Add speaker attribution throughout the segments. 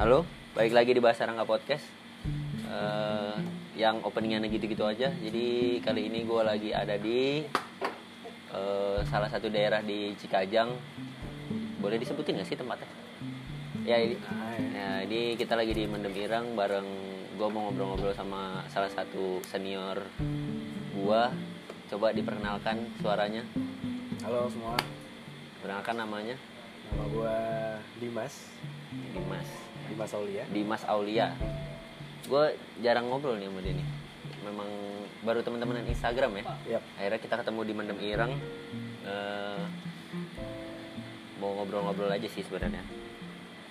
Speaker 1: Halo, balik lagi di Bahasa Rangga Podcast Eh, Yang openingannya gitu-gitu aja Jadi kali ini gue lagi ada di eh, Salah satu daerah di Cikajang Boleh disebutin gak sih tempatnya? Ya ini, ya, ini kita lagi di Mendem Irang Bareng gue mau ngobrol-ngobrol sama salah satu senior gue Coba diperkenalkan suaranya
Speaker 2: Halo semua,
Speaker 1: Perkenalkan namanya
Speaker 2: nama gua Dimas,
Speaker 1: Dimas
Speaker 2: Dimas ya. Aulia.
Speaker 1: Dimas Aulia. Gue jarang ngobrol nih sama dia nih. Memang baru teman-temanan Instagram ya.
Speaker 2: Yap.
Speaker 1: Akhirnya kita ketemu di Mendem Ireng. Eh, mau ngobrol-ngobrol aja sih sebenarnya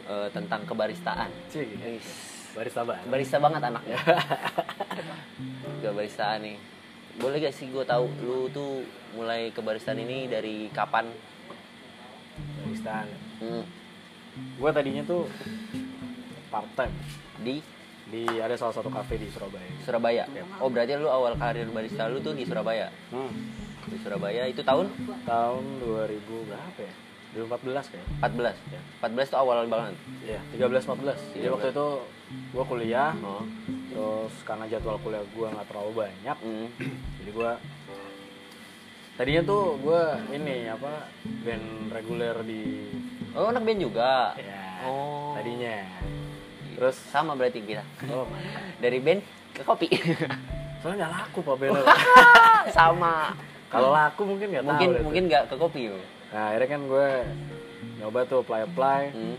Speaker 1: Eh, tentang kebaristaan.
Speaker 2: Cik, gitu.
Speaker 1: Wis,
Speaker 2: barista bang.
Speaker 1: Barista banget anaknya. Gak baristaan nih. Boleh gak sih gue tahu lu tuh mulai kebaristaan ini dari kapan?
Speaker 2: Baristaan.
Speaker 1: Hmm,
Speaker 2: Gua tadinya tuh part time
Speaker 1: di
Speaker 2: di ada salah satu kafe di Surabaya.
Speaker 1: Surabaya. Oh berarti lu awal karir barista lu tuh di Surabaya.
Speaker 2: Hmm.
Speaker 1: Di Surabaya itu tahun
Speaker 2: Tahun 2000 berapa ya? 2014 kayaknya.
Speaker 1: 14 ya. 14 tuh awal banget.
Speaker 2: Iya, 13 14. Jadi
Speaker 1: 13.
Speaker 2: waktu itu gua kuliah,
Speaker 1: Oh.
Speaker 2: terus karena jadwal kuliah gua nggak terlalu banyak,
Speaker 1: Mm.
Speaker 2: jadi gua tadinya tuh gua ini apa band reguler di
Speaker 1: Oh, anak band juga.
Speaker 2: ya,
Speaker 1: Oh.
Speaker 2: tadinya terus
Speaker 1: sama berarti kita.
Speaker 2: oh
Speaker 1: Dari band ke kopi.
Speaker 2: soalnya nggak laku pak
Speaker 1: Oh.
Speaker 2: band
Speaker 1: sama.
Speaker 2: kalau laku mungkin nggak tahu
Speaker 1: mungkin
Speaker 2: deh tuh.
Speaker 1: mungkin nggak ke kopi yo.
Speaker 2: nah akhirnya kan gue nyoba tuh apply apply
Speaker 1: Mm.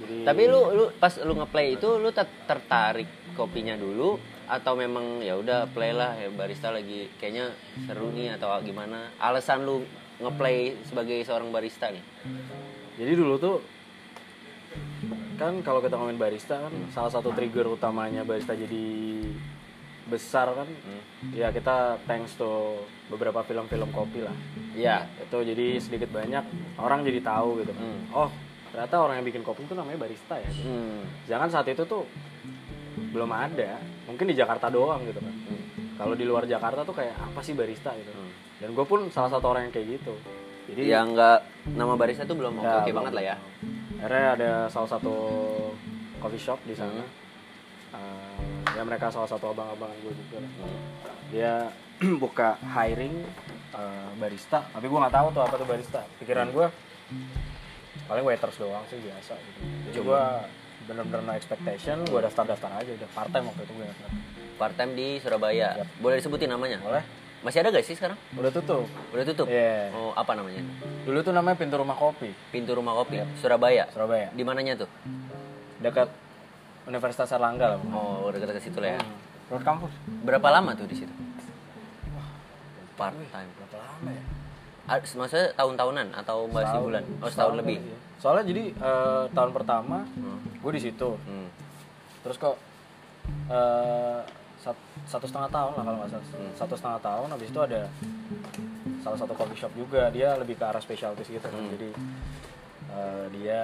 Speaker 2: jadi
Speaker 1: Tapi lu lu pas lu ngeplay itu lu ter- tertarik kopinya dulu atau memang ya udah play lah ya barista lagi kayaknya seru nih atau gimana? Alasan lu ngeplay sebagai seorang barista nih?
Speaker 2: jadi dulu tuh kan kalau kita ngomongin barista kan
Speaker 1: Hmm.
Speaker 2: salah satu trigger utamanya barista jadi besar kan
Speaker 1: Hmm.
Speaker 2: ya kita thanks to beberapa film-film kopi lah
Speaker 1: Iya.
Speaker 2: itu jadi sedikit banyak orang jadi tahu gitu
Speaker 1: Hmm.
Speaker 2: oh ternyata orang yang bikin kopi itu namanya barista ya
Speaker 1: Hmm.
Speaker 2: jangan saat itu tuh belum ada mungkin di Jakarta doang gitu kan
Speaker 1: Hmm.
Speaker 2: kalau di luar Jakarta tuh kayak apa sih barista gitu
Speaker 1: Hmm.
Speaker 2: dan gue pun salah satu orang yang kayak gitu jadi
Speaker 1: Yang Iya, nggak nama barista tuh belum oke
Speaker 2: ya,
Speaker 1: oke
Speaker 2: belum.
Speaker 1: banget lah ya.
Speaker 2: akhirnya ada salah satu coffee shop di sana
Speaker 1: Hmm.
Speaker 2: Eh, ya mereka salah satu abang-abang gue juga
Speaker 1: ya.
Speaker 2: dia buka hiring eh, barista tapi gue nggak tahu tuh apa tuh barista pikiran gue paling waiters doang sih biasa gitu jadi gue bener-bener no expectation gue daftar daftar aja udah part time waktu itu gue ingat banget.
Speaker 1: part time di Surabaya.
Speaker 2: Yap.
Speaker 1: Boleh disebutin namanya?
Speaker 2: boleh
Speaker 1: Masih ada gak sih sekarang?
Speaker 2: udah tutup
Speaker 1: Udah tutup?
Speaker 2: Iya. Iya.
Speaker 1: Oh, apa namanya?
Speaker 2: dulu tuh namanya pintu rumah kopi
Speaker 1: Pintu Rumah Kopi Surabaya.
Speaker 2: Surabaya
Speaker 1: Di mananya tuh?
Speaker 2: dekat Universitas Erlangga lah Bang.
Speaker 1: Oh, udah dekat situ
Speaker 2: Iya.
Speaker 1: lah ya.
Speaker 2: road kampus
Speaker 1: Berapa lama tuh di situ? Part time.
Speaker 2: berapa lama ya
Speaker 1: Ah, Maksudnya tahun-tahunan atau masih bulan? Oh, setahun lebih.
Speaker 2: kali ya. soalnya jadi eh, tahun pertama gue di situ
Speaker 1: Hmm.
Speaker 2: terus kok eh, sat- satu setengah tahun lah kalau nggak salah
Speaker 1: Hmm.
Speaker 2: satu setengah tahun habis itu ada salah satu coffee shop juga dia lebih ke arah specialties gitu
Speaker 1: Hmm.
Speaker 2: kan. jadi eh, dia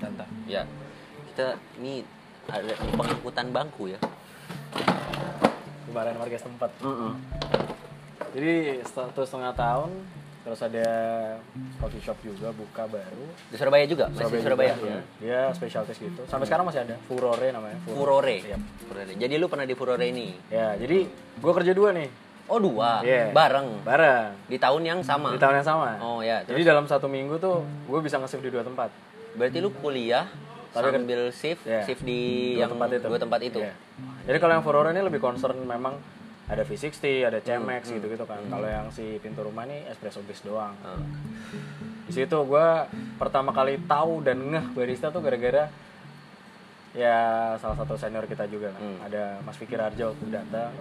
Speaker 2: Tante.
Speaker 1: Ya. Kita ini ada pengangkutan bangku ya.
Speaker 2: Kemarin warga setempat. Jadi satu setengah tahun terus ada coffee shop juga buka baru.
Speaker 1: Di Surabaya juga? Masih Surabaya.
Speaker 2: juga, iya.
Speaker 1: Hmm.
Speaker 2: Dia, dia specialties gitu. Sampai sekarang masih ada. Furore namanya.
Speaker 1: Furore.
Speaker 2: Siap.
Speaker 1: Furore. Jadi lu pernah di Furore ini?
Speaker 2: Ya, jadi gua kerja dua nih.
Speaker 1: Oh, dua.
Speaker 2: Iya.
Speaker 1: Bareng.
Speaker 2: Bareng.
Speaker 1: Di tahun yang sama.
Speaker 2: Di tahun yang sama.
Speaker 1: Oh, ya.
Speaker 2: Jadi dalam satu minggu tuh gue bisa nge-shift di dua tempat.
Speaker 1: Berarti lu kuliah
Speaker 2: Tapi kan-
Speaker 1: sambil shift,
Speaker 2: Iya.
Speaker 1: shift di
Speaker 2: Dua
Speaker 1: yang dua tempat itu.
Speaker 2: Iya. Jadi kalau yang Furore ini lebih concern memang ada V60, ada
Speaker 1: Hmm,
Speaker 2: CMX gitu-gitu kan. Kalau yang si pintu rumah ini espresso base doang.
Speaker 1: Heeh.
Speaker 2: di situ gue pertama kali tahu dan ngeh barista tuh gara-gara ya salah satu senior kita juga kan ada Mas Fikir Arjo tuh datang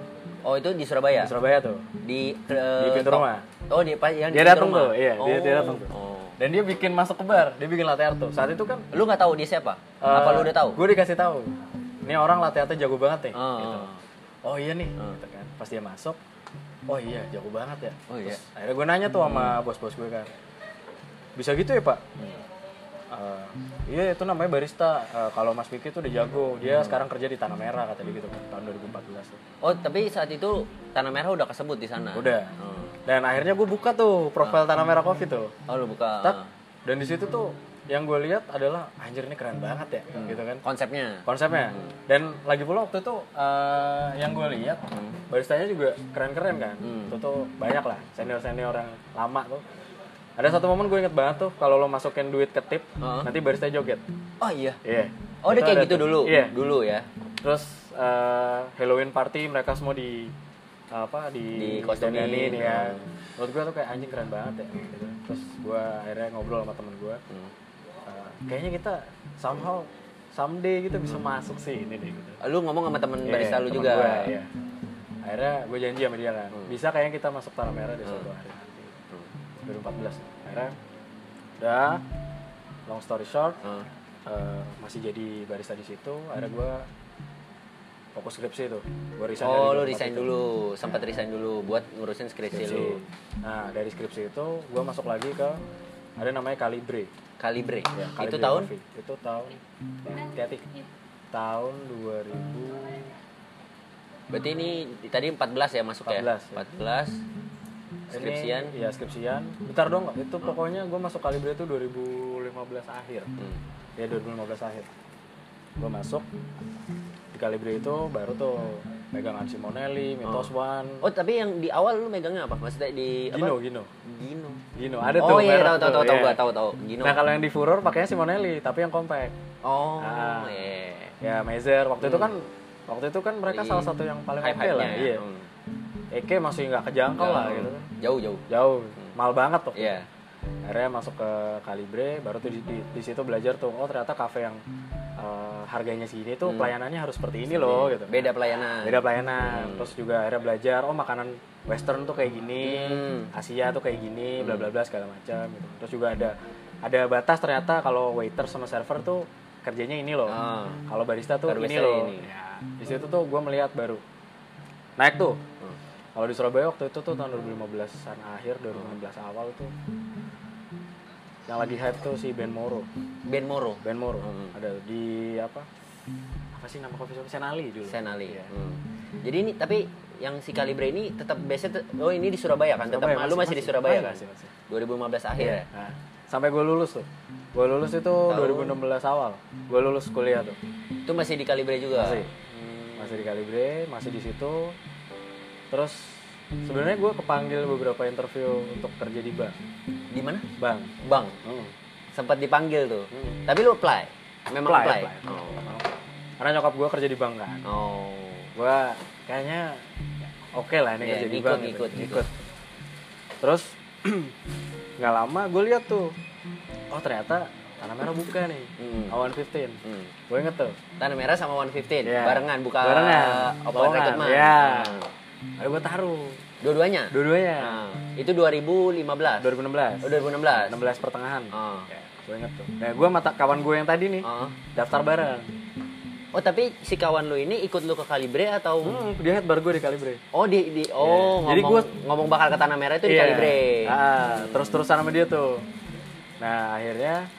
Speaker 1: Oh, itu di
Speaker 2: di
Speaker 1: Surabaya.
Speaker 2: Surabaya tuh
Speaker 1: Di
Speaker 2: di
Speaker 1: eh,
Speaker 2: pintu
Speaker 1: top-
Speaker 2: rumah
Speaker 1: Oh, di pa- yang di
Speaker 2: dia
Speaker 1: pintu
Speaker 2: datang
Speaker 1: rumah.
Speaker 2: tuh iya dia, dia
Speaker 1: Oh.
Speaker 2: datang tuh
Speaker 1: Oh.
Speaker 2: dan dia bikin masuk ke bar dia bikin latte art tuh saat itu kan
Speaker 1: Lu nggak tahu dia siapa?
Speaker 2: Eh,
Speaker 1: Apa lu udah tahu?
Speaker 2: gue dikasih tahu ini orang latte artnya jago banget nih
Speaker 1: Ah.
Speaker 2: gitu. oh iya nih
Speaker 1: Hmm.
Speaker 2: gitu kan pas dia masuk oh iya jago banget ya
Speaker 1: Oh, iya.
Speaker 2: Terus akhirnya gue nanya tuh sama bos-bos gue kan bisa gitu ya pak
Speaker 1: Hmm.
Speaker 2: Eh, iya itu namanya barista Eh, kalau Mas Vicky tuh udah jago dia
Speaker 1: Hmm.
Speaker 2: sekarang kerja di Tanah Merah kata dia gitu tahun 2014 tuh.
Speaker 1: Oh, tapi saat itu Tanah Merah udah kesebut di sana.
Speaker 2: udah
Speaker 1: Hmm.
Speaker 2: dan akhirnya gue buka tuh profil Tanah Merah Coffee tuh
Speaker 1: Oh, lu buka.
Speaker 2: tak dan di situ tuh yang gue lihat adalah anjir ini keren banget ya
Speaker 1: Hmm.
Speaker 2: gitu
Speaker 1: eh,
Speaker 2: kan
Speaker 1: konsepnya
Speaker 2: konsepnya
Speaker 1: Hmm.
Speaker 2: dan lagi pula waktu itu eh, yang gue lihat
Speaker 1: Hmm.
Speaker 2: baristanya juga keren-keren kan itu tuh banyak lah senior-senior yang lama tuh ada satu momen gue inget banget tuh kalau lo masukin duit ke tip
Speaker 1: Heeh.
Speaker 2: nanti barista joget
Speaker 1: oh iya
Speaker 2: iya
Speaker 1: oh dia
Speaker 2: Itu
Speaker 1: kayak
Speaker 2: ada
Speaker 1: gitu
Speaker 2: tuh.
Speaker 1: dulu
Speaker 2: iya
Speaker 1: dulu ya
Speaker 2: terus eh, Halloween party mereka semua di apa di
Speaker 1: Di kostumin.
Speaker 2: dandanin, ya menurut gue tuh kayak anjing keren banget ya gitu. terus gue akhirnya ngobrol sama temen gue
Speaker 1: Hmm.
Speaker 2: eh, kayaknya kita somehow someday gitu bisa
Speaker 1: Hmm.
Speaker 2: masuk sih ini deh gitu
Speaker 1: lu ngomong sama temen
Speaker 2: Iya,
Speaker 1: barista lu
Speaker 2: temen
Speaker 1: Hmm. juga Hmm.
Speaker 2: gua, iya. akhirnya gue janji sama dia kan bisa kayaknya kita masuk tanah merah di suatu hari nanti. 2014 akhirnya udah long story short
Speaker 1: Hmm.
Speaker 2: eh, masih jadi barista di situ akhirnya gue fokus skripsi itu gue resign
Speaker 1: oh
Speaker 2: dari
Speaker 1: lu
Speaker 2: tempat
Speaker 1: resign
Speaker 2: itu.
Speaker 1: dulu sempat resign dulu buat ngurusin skripsi
Speaker 2: skripsi
Speaker 1: lu
Speaker 2: nah dari skripsi itu gue masuk lagi ke ada namanya kalibre
Speaker 1: kalibre
Speaker 2: Ya,
Speaker 1: itu
Speaker 2: Kalibre
Speaker 1: tahun
Speaker 2: Coffee. itu tahun hati-hati tahun 2000
Speaker 1: berarti ini tadi 14 ya masuk
Speaker 2: 14, ya.
Speaker 1: ya 14 skripsian
Speaker 2: Ini, Iya skripsian. Bentar dong, itu pokoknya gue masuk kalibre itu 2015 akhir.
Speaker 1: Hmm.
Speaker 2: Ya 2015 akhir. Gue masuk di kalibre itu baru tuh pegang Ansimonelli, Mitos One,
Speaker 1: oh tapi yang di awal lu megangnya apa maksudnya di apa
Speaker 2: Gino, Gino,
Speaker 1: Gino
Speaker 2: Gino. Ada tuh.
Speaker 1: oh iya
Speaker 2: merek
Speaker 1: tahu tahu
Speaker 2: tuh,
Speaker 1: tahu tahu
Speaker 2: iya.
Speaker 1: gua tahu tahu Gino
Speaker 2: Nah kalau yang di Furor pakainya Simonelli, tapi yang compact.
Speaker 1: oh
Speaker 2: Ah.
Speaker 1: iya
Speaker 2: Ya Mazer. Waktu itu kan, waktu itu kan mereka salah satu yang paling oke
Speaker 1: Hmm. hype-hypenya
Speaker 2: lah.
Speaker 1: ya.
Speaker 2: Iya.
Speaker 1: Hmm.
Speaker 2: Eke masih nggak kejangkau lah gitu kan.
Speaker 1: jauh jauh
Speaker 2: Jauh, mahal banget tuh.
Speaker 1: iya
Speaker 2: akhirnya masuk ke Kalibre baru tuh di, di, di situ belajar tuh oh ternyata kafe yang eh, harganya segini tuh pelayanannya harus seperti ini loh gitu
Speaker 1: Hmm. beda Hmm. pelayanan
Speaker 2: beda pelayanan terus juga akhirnya belajar oh makanan western tuh kayak gini
Speaker 1: Hmm.
Speaker 2: Asia tuh kayak gini bla bla bla segala macam gitu terus juga ada ada batas ternyata kalau waiter sama server tuh kerjanya ini loh
Speaker 1: Ah.
Speaker 2: kalau barista tuh
Speaker 1: Kalau
Speaker 2: ini
Speaker 1: barista
Speaker 2: loh
Speaker 1: ini.
Speaker 2: Ya, di situ tuh gue melihat baru naik tuh
Speaker 1: Hmm.
Speaker 2: kalau di Surabaya waktu itu tuh tahun 2015an akhir 2016 awal tuh yang lagi hype tuh si Ben Moro
Speaker 1: Ben Moro
Speaker 2: Ben Moro
Speaker 1: Hmm.
Speaker 2: ada di apa apa sih nama coffee shop Senali dulu
Speaker 1: Senali
Speaker 2: Iya.
Speaker 1: Hmm. jadi ini tapi yang si Kalibre ini tetap biasanya te- oh ini di Surabaya kan tetap
Speaker 2: Surabaya,
Speaker 1: malu masih, di Surabaya kan
Speaker 2: masih, masih.
Speaker 1: 2015 akhir ya
Speaker 2: Nah, sampai gue lulus tuh gue lulus itu 2016 awal gue lulus kuliah tuh
Speaker 1: itu masih di Kalibre juga
Speaker 2: masih masih di Kalibre masih di situ terus sebenarnya gue kepanggil beberapa interview untuk kerja di bank
Speaker 1: di mana
Speaker 2: bank
Speaker 1: Bang
Speaker 2: Hmm.
Speaker 1: sempat dipanggil tuh tapi lu apply memang
Speaker 2: Apply, Oh.
Speaker 1: apply,
Speaker 2: apply. karena nyokap gue kerja di bank kan
Speaker 1: Oh. oh
Speaker 2: gue kayaknya oke lah ini
Speaker 1: Iya,
Speaker 2: kerja di
Speaker 1: ngikut,
Speaker 2: bank
Speaker 1: ngikut,
Speaker 2: gitu.
Speaker 1: ngikut.
Speaker 2: terus nggak lama gue lihat tuh oh ternyata tanah merah buka nih
Speaker 1: Hmm.
Speaker 2: awan 15
Speaker 1: Hmm.
Speaker 2: gue inget tuh
Speaker 1: Tanah Merah sama 115
Speaker 2: Iya.
Speaker 1: barengan buka
Speaker 2: barengan
Speaker 1: open
Speaker 2: lowongan,
Speaker 1: recruitment.
Speaker 2: ya
Speaker 1: Hmm.
Speaker 2: Aduh gue taruh
Speaker 1: Dua-duanya.
Speaker 2: dua-duanya
Speaker 1: Nah, itu 2015.
Speaker 2: 2016
Speaker 1: Oh, 2016.
Speaker 2: 16 pertengahan
Speaker 1: Ah.
Speaker 2: ya, gue inget tuh nah gue mata kawan gue yang tadi nih
Speaker 1: Ah.
Speaker 2: daftar bareng
Speaker 1: Oh, tapi si kawan lu ini ikut lu ke Kalibre atau
Speaker 2: hmm, dia head bar gue di Kalibre
Speaker 1: Oh, di, di oh ngomong,
Speaker 2: Jadi gua-
Speaker 1: ngomong bakal ke Tanah Merah itu di
Speaker 2: Iya.
Speaker 1: Kalibre.
Speaker 2: Ah, terus-terusan sama dia tuh. Nah, akhirnya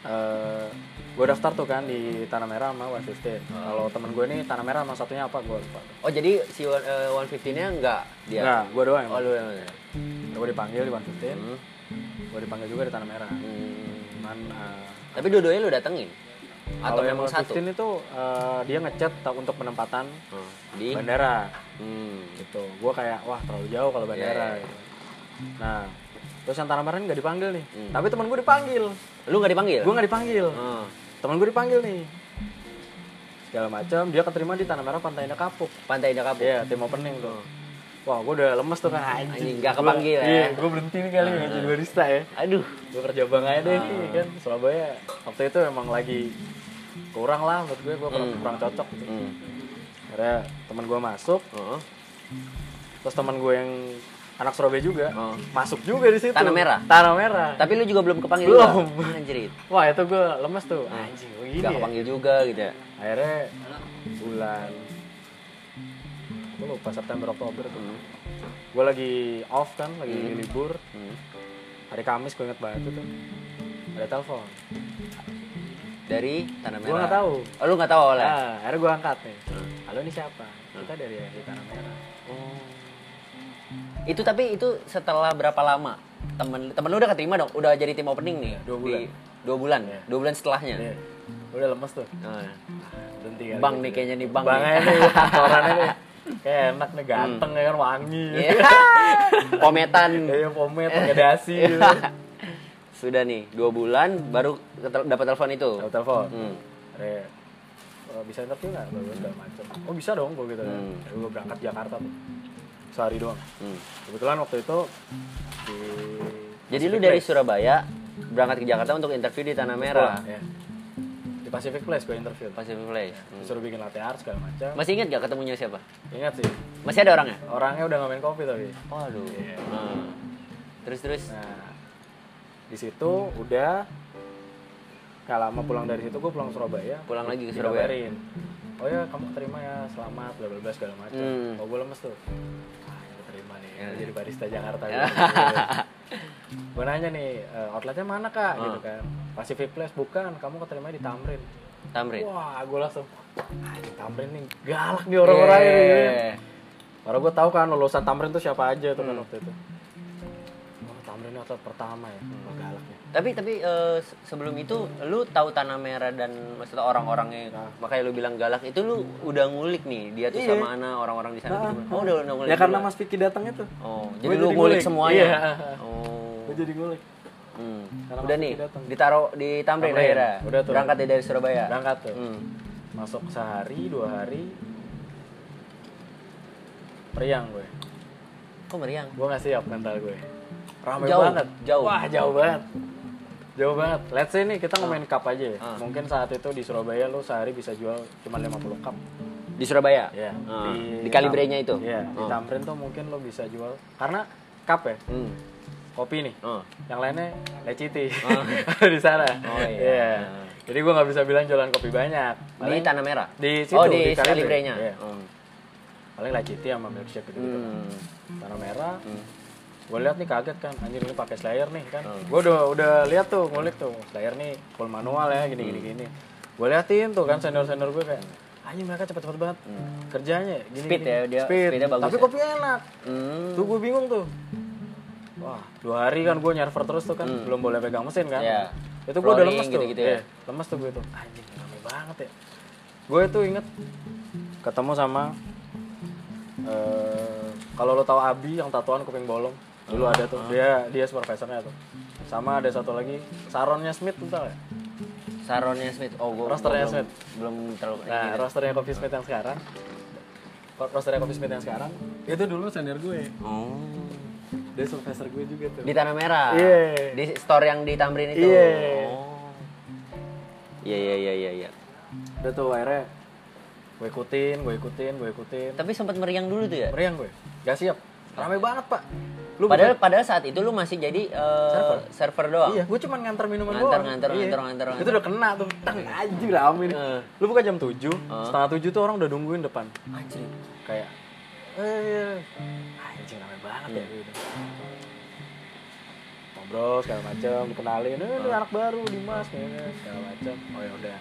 Speaker 2: eh gue daftar tuh kan di Tanah Merah sama One Fifteen. Kalau temen gue nih Tanah Merah sama satunya apa gue lupa.
Speaker 1: Oh, jadi si one- eh, 115-nya enggak dia.
Speaker 2: Nah, gue doang.
Speaker 1: Oh, lu yang
Speaker 2: Gue dipanggil di One Fifteen.
Speaker 1: Hmm.
Speaker 2: Gue dipanggil juga di Tanah Merah.
Speaker 1: Hmm.
Speaker 2: Cuman eh,
Speaker 1: Tapi dua-duanya lu datengin. Atau
Speaker 2: kalau yang
Speaker 1: memang
Speaker 2: One
Speaker 1: satu.
Speaker 2: Fifteen itu eh, dia ngechat ta- untuk penempatan
Speaker 1: Hmm. Di
Speaker 2: bandara.
Speaker 1: Hmm.
Speaker 2: gitu gue kayak wah terlalu jauh kalau bandara
Speaker 1: Iya, iya.
Speaker 2: gitu. nah terus yang tanah merah ini nggak dipanggil nih
Speaker 1: Hmm.
Speaker 2: tapi teman gue dipanggil
Speaker 1: Lu nggak dipanggil?
Speaker 2: gue nggak dipanggil
Speaker 1: Hmm.
Speaker 2: teman gue dipanggil nih segala macam dia keterima di tanah merah pantai indah kapuk
Speaker 1: Pantai Indah Kapuk.
Speaker 2: Iya, tim opening tuh wah gue udah lemes tuh kan anjing
Speaker 1: Hmm. Anjing, nggak kepanggil
Speaker 2: Gua-
Speaker 1: ya. Hmm.
Speaker 2: iya gue berhenti nih kali nggak jadi barista ya
Speaker 1: Aduh.
Speaker 2: gue kerja bang aja deh nih
Speaker 1: Ah.
Speaker 2: kan Surabaya waktu itu emang lagi kurang lah menurut gue gue kurang, kurang cocok gitu.
Speaker 1: Hmm.
Speaker 2: akhirnya teman gue masuk
Speaker 1: Oh.
Speaker 2: terus teman gue yang anak Surabaya juga
Speaker 1: Oh.
Speaker 2: masuk juga di situ
Speaker 1: Tanah Merah?
Speaker 2: tanah merah
Speaker 1: Tapi lu juga belum kepanggil
Speaker 2: Belum.
Speaker 1: juga? Hmm, Anjir.
Speaker 2: wah itu gue lemes tuh anjing gue
Speaker 1: Gak
Speaker 2: gini ya.
Speaker 1: Ah. kepanggil juga gitu ya.
Speaker 2: akhirnya bulan gue lupa September Oktober tuh gue lagi off kan lagi libur
Speaker 1: Hmm.
Speaker 2: hari Kamis gue inget banget tuh ada telepon
Speaker 1: Dari Tanah Merah.
Speaker 2: gue nggak tahu
Speaker 1: Oh, lu nggak tahu oleh.
Speaker 2: nah, akhirnya gue angkat nih
Speaker 1: Hmm.
Speaker 2: halo ini siapa kita dari dari tanah merah
Speaker 1: Itu tapi itu setelah berapa lama? temen temen lu udah keterima dong udah jadi tim opening nih
Speaker 2: Dua
Speaker 1: di-
Speaker 2: bulan.
Speaker 1: dua bulan
Speaker 2: Iya.
Speaker 1: dua bulan setelahnya
Speaker 2: Iya. Udah lemes tuh.
Speaker 1: Nah,
Speaker 2: Berhenti kali
Speaker 1: Bang
Speaker 2: gitu.
Speaker 1: nih kayaknya nih, bang
Speaker 2: Bang
Speaker 1: nih. Hmm.
Speaker 2: aja nih, kantorannya nih. Kayak enak nih ganteng ya kan wangi.
Speaker 1: Iya. Hmm. Pometan.
Speaker 2: Kayak pomade pakai dasi gitu.
Speaker 1: Iya. Sudah nih, dua bulan baru ketel- dapat telepon itu.
Speaker 2: Tahu telepon.
Speaker 1: Hmm.
Speaker 2: Re, eh, bisa interview nggak? Bagus segala macem. Oh bisa dong gue gitu.
Speaker 1: Hmm.
Speaker 2: Ya, gue berangkat Jakarta tuh. Sehari doang.
Speaker 1: hmm.
Speaker 2: Kebetulan waktu itu di
Speaker 1: Jadi
Speaker 2: Pacific
Speaker 1: lu dari
Speaker 2: Place.
Speaker 1: Surabaya berangkat ke Jakarta untuk interview di Tanah Merah.
Speaker 2: Pulang, ya. Di Pacific Place gue interview.
Speaker 1: Pacific Place. Hmm.
Speaker 2: Disuruh bikin latte art segala macam.
Speaker 1: Masih ingat gak ketemunya siapa?
Speaker 2: Ingat sih,
Speaker 1: Masih ada orangnya?
Speaker 2: orangnya udah nggak main kopi tapi.
Speaker 1: Waduh.
Speaker 2: Iya.
Speaker 1: Nah. Terus terus.
Speaker 2: Nah, di situ udah gak lama pulang dari situ gue pulang Surabaya.
Speaker 1: Pulang lagi ke Surabaya.
Speaker 2: Dikabarin. Oh ya kamu keterima ya, selamat, bla bla bla segala macam.
Speaker 1: Hmm.
Speaker 2: Oh gue lemes tuh. Ah, ini keterima nih,
Speaker 1: Ya.
Speaker 2: jadi barista Jakarta. gitu. gue nanya nih, e, outletnya mana kak? Gitu
Speaker 1: Ah.
Speaker 2: kan. Pacific Place bukan, kamu keterima di Tamrin.
Speaker 1: Tamrin.
Speaker 2: Wah, gue langsung, ah di Tamrin nih galak nih
Speaker 1: Iya,
Speaker 2: orang-orang ini.
Speaker 1: Yeah.
Speaker 2: Karena gue tahu kan lulusan Tamrin tuh siapa aja tuh kan waktu itu. Oh, Tamrin ini atlet pertama ya, Wah, galak ya.
Speaker 1: Tapi tapi eh, se- sebelum itu lu tahu Tanah Merah dan maksudnya orang-orangnya
Speaker 2: Nah.
Speaker 1: makanya lu bilang galak itu lu udah ngulik nih dia tuh
Speaker 2: Iya.
Speaker 1: sama Ana orang-orang di sana.
Speaker 2: Nah,
Speaker 1: tuh. oh udah udah ngulik.
Speaker 2: Ya karena
Speaker 1: duluan.
Speaker 2: Mas Vicky datang itu.
Speaker 1: Oh,
Speaker 2: Gua
Speaker 1: jadi lu
Speaker 2: jadi
Speaker 1: ngulik
Speaker 2: ngulik.
Speaker 1: semuanya.
Speaker 2: Iya.
Speaker 1: Oh.
Speaker 2: Gue jadi ngulik.
Speaker 1: Hmm.
Speaker 2: Karena
Speaker 1: Udah
Speaker 2: Mas
Speaker 1: nih,
Speaker 2: Vicky datang.
Speaker 1: ditaruh di Tamrin
Speaker 2: Tamrin.
Speaker 1: akhirnya.
Speaker 2: Udah tuh.
Speaker 1: Berangkat ya dari Surabaya.
Speaker 2: Berangkat tuh.
Speaker 1: Hmm.
Speaker 2: Masuk sehari, dua hari. Periang gue.
Speaker 1: Kok meriang?
Speaker 2: Gue gak siap mental gue. Rame
Speaker 1: Jauh,
Speaker 2: banget.
Speaker 1: jauh.
Speaker 2: Wah, jauh banget. Jauh banget. Let's say nih kita ngomongin cup aja ya.
Speaker 1: Ah.
Speaker 2: Mungkin saat itu di Surabaya lu sehari bisa jual cuma 50 cup.
Speaker 1: Di Surabaya?
Speaker 2: Iya.
Speaker 1: Ah, Di, Kalibrenya itu?
Speaker 2: Iya, di
Speaker 1: Oh.
Speaker 2: Tamrin tuh mungkin lo bisa jual karena cup ya,
Speaker 1: Hmm.
Speaker 2: kopi nih.
Speaker 1: Oh.
Speaker 2: Yang lainnya leciti. di sana.
Speaker 1: Oh, iya.
Speaker 2: Jadi gua nggak bisa bilang jualan kopi banyak.
Speaker 1: Di
Speaker 2: Paling,
Speaker 1: Tanah Merah?
Speaker 2: Di
Speaker 1: oh,
Speaker 2: situ,
Speaker 1: di,
Speaker 2: di Kalibre.
Speaker 1: Kalibrenya?
Speaker 2: Iya.
Speaker 1: Hmm.
Speaker 2: paling leciti sama milkshake gitu. gitu
Speaker 1: Hmm.
Speaker 2: Tanah merah.
Speaker 1: Hmm.
Speaker 2: Gue lihat nih kaget kan, anjir ini pakai slayer nih kan.
Speaker 1: Hmm.
Speaker 2: Gue udah udah lihat tuh, ngulik tuh slayer nih full manual ya gini gini
Speaker 1: Hmm.
Speaker 2: gini. Gue liatin tuh kan senior senior gue kayak anjing mereka cepet cepet banget kerjanya gini,
Speaker 1: Hmm. Speed
Speaker 2: gini.
Speaker 1: ya, dia- speednya bagus
Speaker 2: tapi
Speaker 1: ya.
Speaker 2: kopinya enak
Speaker 1: Hmm.
Speaker 2: Tuh gue bingung tuh. Wah, dua hari kan gue nyerver terus tuh kan, belum boleh pegang mesin kan.
Speaker 1: Hmm. Iya.
Speaker 2: Itu gue udah
Speaker 1: Flooring
Speaker 2: lemes tuh.
Speaker 1: gitu-gitu ya.
Speaker 2: Iya, lemes tuh gue tuh. Anjing, rame banget ya. Gue tuh inget ketemu sama eh kalau lo tahu Abi yang tatoan kuping bolong, dulu
Speaker 1: Hmm.
Speaker 2: ada tuh. Dia dia supervisornya tuh. Sama ada satu lagi, saronnya Smith tuh tau ya?
Speaker 1: Saronnya Smith. Oh, gua,
Speaker 2: Rosternya
Speaker 1: gua belum,
Speaker 2: Smith.
Speaker 1: belum terlalu ini.
Speaker 2: Nah, rosternya Coffee Smith yang sekarang. Rosternya Coffee Smith yang sekarang, itu dulu senior gue.
Speaker 1: Oh.
Speaker 2: Dia supervisor gue juga tuh.
Speaker 1: Di Tanah Merah.
Speaker 2: Iya.
Speaker 1: Di store yang di Tamrin itu.
Speaker 2: Iya.
Speaker 1: Oh. Iya, iya, iya, iya, iya.
Speaker 2: Udah tuh akhirnya gue ikutin, gue ikutin, gue ikutin.
Speaker 1: Tapi sempat meriang dulu tuh ya.
Speaker 2: Meriang gue, gak siap. Rame banget pak. Lu
Speaker 1: padahal padahal saat itu lu masih jadi eh, server. doang.
Speaker 2: bukan- iya, gue cuma nganter minuman
Speaker 1: Nganter,
Speaker 2: doang.
Speaker 1: nganter,
Speaker 2: Iya.
Speaker 1: nganter, nganter,
Speaker 2: Itu udah kena tuh, tang aja rame nih.
Speaker 1: Eh.
Speaker 2: Lu buka jam 7, setengah 7 tuh orang udah nungguin depan.
Speaker 1: Anjir.
Speaker 2: Kayak, eh, anjing rame banget ya. Gitu.
Speaker 1: Hmm.
Speaker 2: Ngobrol segala macam, dikenalin, eh, ini
Speaker 1: Hmm.
Speaker 2: anak baru, Dimas, kayaknya segala macam. Oh ya udah.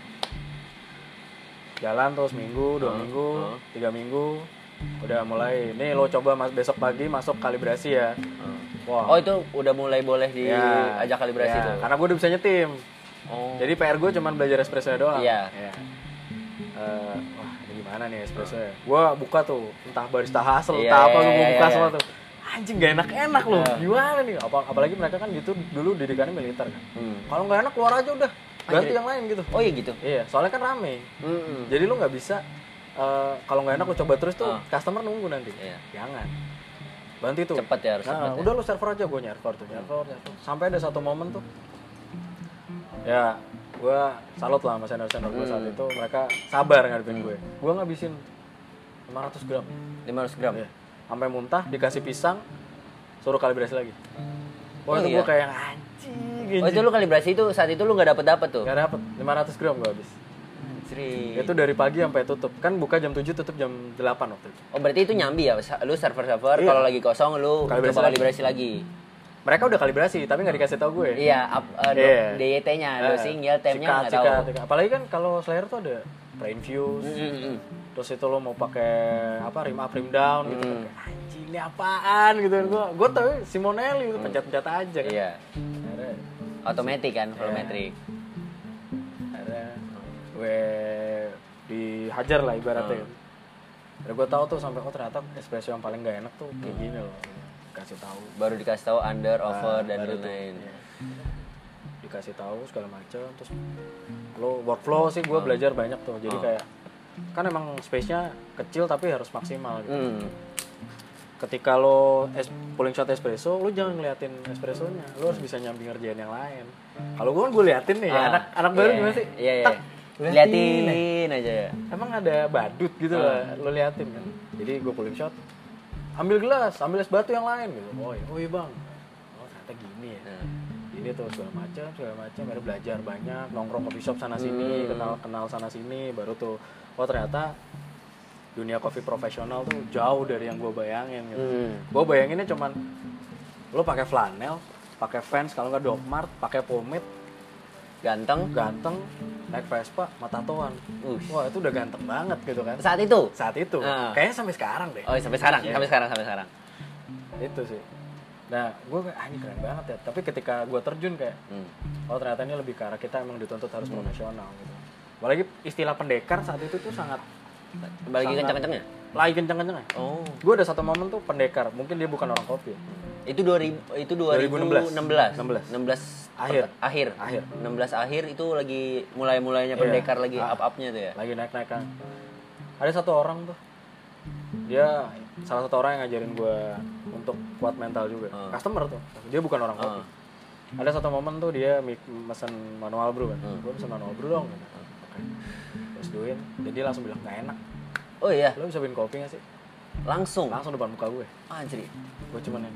Speaker 2: Jalan terus minggu, dua
Speaker 1: Hmm,
Speaker 2: minggu,
Speaker 1: hmm.
Speaker 2: tiga minggu, udah mulai. Nih lo coba mas besok pagi masuk kalibrasi ya.
Speaker 1: Oh,
Speaker 2: Wah.
Speaker 1: itu udah mulai boleh
Speaker 2: Ya,
Speaker 1: diajak kalibrasi
Speaker 2: ya,
Speaker 1: tuh.
Speaker 2: Karena gue udah bisa nyetim.
Speaker 1: Oh.
Speaker 2: Jadi PR gue cuman belajar espresso doang.
Speaker 1: Iya.
Speaker 2: Eh, wah, ini gimana nih espresso? Gue buka tuh, entah barista hasil,
Speaker 1: Iya,
Speaker 2: entah apa
Speaker 1: iya,
Speaker 2: gue
Speaker 1: iya,
Speaker 2: buka
Speaker 1: iya.
Speaker 2: semua tuh. Anjing gak enak-enak loh. Gimana nih? Apa- apalagi mereka kan gitu dulu didikannya militer kan.
Speaker 1: Hmm.
Speaker 2: Kalau nggak enak keluar aja udah. Ganti yang lain gitu.
Speaker 1: Oh iya gitu.
Speaker 2: Iya, soalnya kan rame.
Speaker 1: Mm-mm.
Speaker 2: Jadi lu nggak bisa eh, kalau nggak enak lu coba terus tuh customer nunggu nanti.
Speaker 1: Ah. Iya.
Speaker 2: Jangan. Bantu itu.
Speaker 1: Cepet ya harus
Speaker 2: Nah,
Speaker 1: cepet ya.
Speaker 2: udah lu server aja gue nyerver tuh, nyerver, nyerver. Sampai ada satu momen tuh. Ya, gue salut lah sama senior-senior gue
Speaker 1: Hmm.
Speaker 2: saat itu. Mereka sabar ngadepin gue. Gue ngabisin 500 gram.
Speaker 1: 500 gram.
Speaker 2: Iya. Sampai muntah, dikasih pisang, suruh kalibrasi lagi. Oh,
Speaker 1: Oh,
Speaker 2: itu
Speaker 1: iya.
Speaker 2: gue kayak anjing.
Speaker 1: Oh itu lu kalibrasi itu saat itu lu nggak dapet dapet tuh.
Speaker 2: Gak dapet, 500 gram gue habis.
Speaker 1: Anjir.
Speaker 2: Itu dari pagi sampai tutup. Kan buka jam 7, tutup jam 8 waktu itu.
Speaker 1: Oh berarti itu nyambi ya? Sa- Lu server server
Speaker 2: Iya.
Speaker 1: kalau lagi kosong lu
Speaker 2: Kalibrasi
Speaker 1: coba
Speaker 2: lagi.
Speaker 1: kalibrasi lagi.
Speaker 2: Mereka udah kalibrasi, tapi nggak dikasih tau gue.
Speaker 1: Iya, up, eh, do-
Speaker 2: Iya.
Speaker 1: DYT-nya, dosing, yield time-nya
Speaker 2: Sikat,
Speaker 1: nggak
Speaker 2: sikat,
Speaker 1: tahu. Mm,
Speaker 2: sikat. Apalagi kan kalau Slayer tuh ada brain fuse,
Speaker 1: Mm-mm. Mm.
Speaker 2: terus itu lo mau pakai apa rim up rim down gitu kan. Kayak, anjing ini apaan gitu gue gue tau Simonelli gitu pencet-pencet aja kan
Speaker 1: Iya.
Speaker 2: Akhirnya-
Speaker 1: Otomatis
Speaker 2: Iya.
Speaker 1: kan, volumetrik.
Speaker 2: akhirnya gue dihajar lah ibaratnya
Speaker 1: Hmm.
Speaker 2: Akhirnya gue tahu tuh sampai oh ternyata espresso yang paling gak enak tuh kayak gini loh kasih tahu
Speaker 1: Baru dikasih tahu under, over dan
Speaker 2: Ah, baru tuh,
Speaker 1: lain-lain.
Speaker 2: iya. dikasih tahu segala macam terus lo workflow sih gue
Speaker 1: Ah.
Speaker 2: belajar banyak tuh jadi kayak kan emang space-nya kecil tapi harus maksimal gitu.
Speaker 1: Hmm.
Speaker 2: ketika lo es, pulling shot espresso lo jangan ngeliatin espressonya lo harus bisa nyambi ngerjain yang lain kalau gue kan gue liatin nih ya,
Speaker 1: Hmm. Ah,
Speaker 2: anak anak baru
Speaker 1: iya,
Speaker 2: gimana sih
Speaker 1: Iya, iya.
Speaker 2: Tak,
Speaker 1: Liatin, aja ya.
Speaker 2: emang ada badut gitu lah
Speaker 1: Ah.
Speaker 2: lo liatin kan jadi gue pulling shot ambil gelas ambil es batu yang lain gitu oh iya, oh iya bang oh ternyata gini ya
Speaker 1: Nah.
Speaker 2: ini tuh segala macam segala macam baru belajar banyak nongkrong kopi shop sana sini
Speaker 1: Hmm.
Speaker 2: kenal kenal sana sini baru tuh oh ternyata dunia kopi profesional tuh jauh dari yang gue bayangin gitu.
Speaker 1: Hmm.
Speaker 2: gue bayanginnya cuman lo pakai flanel pakai fans kalau nggak dogmart pakai pomade
Speaker 1: Ganteng.
Speaker 2: ganteng naik Vespa mata tatoan
Speaker 1: Ush.
Speaker 2: wah itu udah ganteng banget gitu kan
Speaker 1: Saat itu.
Speaker 2: saat itu
Speaker 1: Ah.
Speaker 2: kayaknya sampai sekarang deh
Speaker 1: Oh, sampai sekarang,
Speaker 2: Iya.
Speaker 1: sampai sekarang, sampai sekarang.
Speaker 2: itu sih nah gue kayak ah ini keren banget ya tapi ketika gue terjun kayak
Speaker 1: Hmm.
Speaker 2: oh ternyata ini lebih ke arah kita emang dituntut harus profesional gitu apalagi istilah pendekar saat itu tuh sangat
Speaker 1: Bagi
Speaker 2: Sangat.
Speaker 1: kencang-kencangnya.
Speaker 2: lagi kenceng-kencengnya
Speaker 1: Oh.
Speaker 2: gue ada satu momen tuh pendekar mungkin dia bukan orang kopi
Speaker 1: Itu 2000 itu 2016.
Speaker 2: 2016.
Speaker 1: 16
Speaker 2: Akhir.
Speaker 1: akhir.
Speaker 2: Akhir.
Speaker 1: 16 akhir itu lagi mulai-mulainya pendekar lagi
Speaker 2: Ah.
Speaker 1: up-upnya tuh ya.
Speaker 2: lagi naik-naikan ada satu orang tuh dia salah satu orang yang ngajarin gue untuk kuat mental juga
Speaker 1: Hmm.
Speaker 2: customer tuh dia bukan orang kopi
Speaker 1: Hmm.
Speaker 2: ada satu momen tuh dia mi- mesen manual brew kan
Speaker 1: Hmm.
Speaker 2: gue mesen manual brew dong gitu. Oke. terus duin jadi dia langsung bilang gak enak
Speaker 1: Oh iya,
Speaker 2: lo bisa bikin kopi gak sih
Speaker 1: langsung. Ah,
Speaker 2: langsung depan muka gue
Speaker 1: Anjir.
Speaker 2: gue cuman yang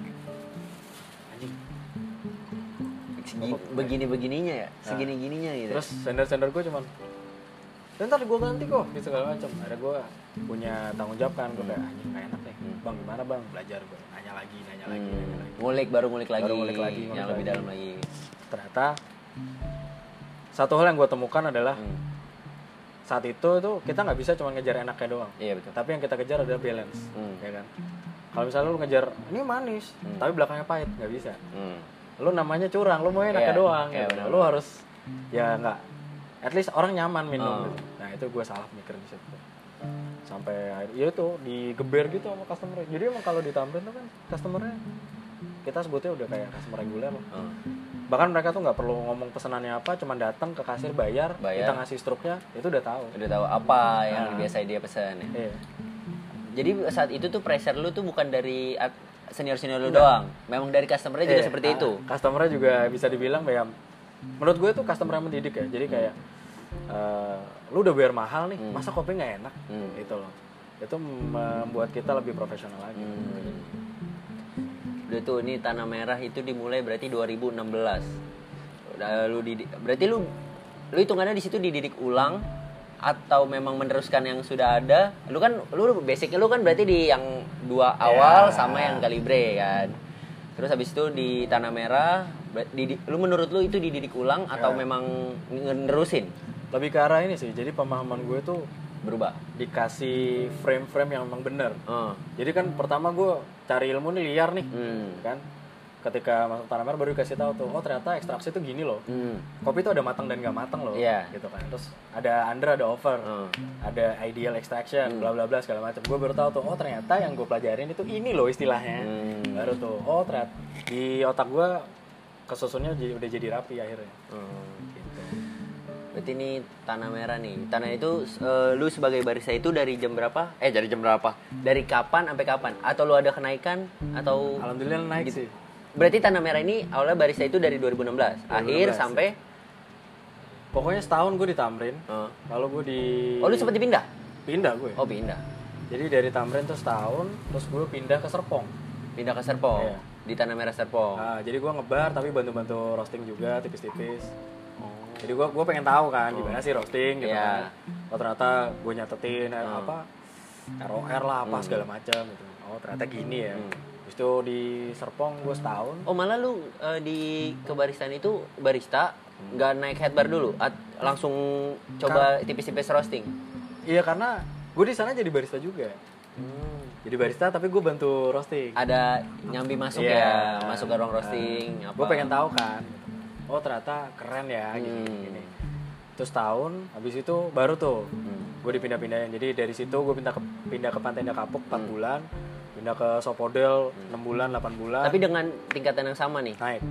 Speaker 2: anjing
Speaker 1: Segi- Begini-begininya ya, segini-gininya gitu.
Speaker 2: Ah. terus sender-sender gue cuman "Ya ntar gue ganti kok gitu segala macam ada gue punya tanggung jawab kan gue kayak anjing gak enak nih
Speaker 1: Hmm.
Speaker 2: bang gimana bang belajar gue nanya lagi nanya lagi
Speaker 1: Hmm,
Speaker 2: nanya lagi
Speaker 1: ngulik baru ngulik lagi,
Speaker 2: Baru ngulik lagi,
Speaker 1: yang
Speaker 2: ngulik
Speaker 1: lebih
Speaker 2: lagi.
Speaker 1: dalam lagi.
Speaker 2: ternyata satu hal yang gue temukan adalah
Speaker 1: Hmm,
Speaker 2: saat itu tuh kita nggak bisa cuma ngejar enaknya doang
Speaker 1: Iya betul.
Speaker 2: tapi yang kita kejar adalah balance
Speaker 1: Hmm.
Speaker 2: ya kan kalau misalnya lu ngejar ini manis tapi belakangnya pahit nggak bisa
Speaker 1: Hmm.
Speaker 2: lu namanya curang lu mau enaknya
Speaker 1: Iya,
Speaker 2: doang
Speaker 1: iya,
Speaker 2: gitu.
Speaker 1: benar.
Speaker 2: lu harus ya nggak at least orang nyaman
Speaker 1: Oh.
Speaker 2: minum gitu. nah itu gue salah mikir di situ sampai akhir- ya itu digeber gitu sama customer jadi emang kalau di Tamrin tuh kan customernya kita sebutnya udah kayak customer reguler lah
Speaker 1: Oh,
Speaker 2: bahkan mereka tuh nggak perlu ngomong pesanannya apa cuman datang ke kasir bayar,
Speaker 1: Bayar.
Speaker 2: kita ngasih struknya itu udah tahu
Speaker 1: Udah tahu apa yang
Speaker 2: Ah.
Speaker 1: biasa dia pesan ya.
Speaker 2: iya
Speaker 1: Jadi saat itu tuh pressure lu tuh bukan dari senior senior lu doang, memang dari customer juga
Speaker 2: Iya,
Speaker 1: seperti
Speaker 2: ah,
Speaker 1: itu.
Speaker 2: customernya juga bisa dibilang kayak menurut gue tuh customer yang mendidik ya jadi kayak eh, lu udah bayar mahal nih masa kopi nggak enak
Speaker 1: Hmm.
Speaker 2: itu loh itu membuat kita lebih profesional lagi
Speaker 1: Hmm. Udah tuh ini tanah merah itu dimulai berarti 2016. Udah lu didi- berarti lu lu hitungannya di situ dididik ulang atau memang meneruskan yang sudah ada? Lu kan lu basicnya lu kan berarti di yang dua awal sama yang kalibre kan. Terus habis itu di tanah merah ber- didi- lu menurut lu itu dididik ulang atau memang ngerusin
Speaker 2: lebih ke arah ini sih jadi pemahaman gue tuh
Speaker 1: berubah?
Speaker 2: dikasih frame-frame yang memang bener
Speaker 1: Oh.
Speaker 2: jadi kan pertama gue cari ilmu nih liar nih
Speaker 1: Hmm.
Speaker 2: kan ketika masuk tanah merah baru dikasih tahu tuh oh ternyata ekstraksi tuh gini loh
Speaker 1: Hmm.
Speaker 2: kopi itu ada matang dan nggak matang loh
Speaker 1: Iya.
Speaker 2: gitu kan terus ada under ada over
Speaker 1: Hmm.
Speaker 2: ada ideal extraction bla bla bla segala macam gue baru tahu tuh oh ternyata yang gue pelajarin itu ini loh istilahnya
Speaker 1: Hmm.
Speaker 2: baru tuh oh ternyata di otak gue kesusunnya jadi- udah jadi rapi akhirnya
Speaker 1: Hmm.
Speaker 2: gitu
Speaker 1: Berarti ini tanah merah nih. Tanah itu eh, lu sebagai barista itu dari jam berapa? Eh dari jam berapa? Dari kapan sampai kapan? Atau lu ada kenaikan atau
Speaker 2: alhamdulillah naik
Speaker 1: Gitu.
Speaker 2: sih
Speaker 1: Berarti tanah merah ini awalnya barista itu dari 2016. Akhir
Speaker 2: 2016,
Speaker 1: sampai
Speaker 2: pokoknya setahun gue di Tamrin
Speaker 1: Eh,
Speaker 2: lalu gue di
Speaker 1: Oh, lu sempat dipindah?
Speaker 2: pindah gue
Speaker 1: Oh, pindah.
Speaker 2: jadi dari Tamrin tuh setahun terus gue pindah ke Serpong
Speaker 1: Pindah ke Serpong.
Speaker 2: Iya.
Speaker 1: Di tanah merah Serpong.
Speaker 2: Ah, jadi gue ngebar tapi bantu-bantu roasting juga tipis-tipis. Jadi gue gue pengen tahu kan gimana sih roasting gitu
Speaker 1: Iya.
Speaker 2: kan. Oh ternyata gue nyatetin eh, apa ROR lah apa segala macam gitu. Oh ternyata gini ya. Habis itu di Serpong gue setahun.
Speaker 1: Oh, malah lu eh, di kebaristaan itu barista nggak naik head bar dulu, at- langsung coba tipis-tipis roasting.
Speaker 2: Iya karena gue di sana jadi barista juga. Jadi barista tapi gue bantu roasting.
Speaker 1: Ada nyambi masuk
Speaker 2: Iya.
Speaker 1: ya, masuk ke ruang roasting. apa.
Speaker 2: Gue pengen tahu kan. Oh ternyata keren ya gini
Speaker 1: Hmm.
Speaker 2: gini. Terus tahun habis itu baru tuh
Speaker 1: Hmm.
Speaker 2: gue dipindah-pindahin. Jadi dari situ gue pindah ke pindah ke Pantai Indah Kapuk
Speaker 1: Hmm.
Speaker 2: 4 bulan, pindah ke Sopodel 6 bulan, 8 bulan.
Speaker 1: Tapi dengan tingkatan yang sama nih,
Speaker 2: naik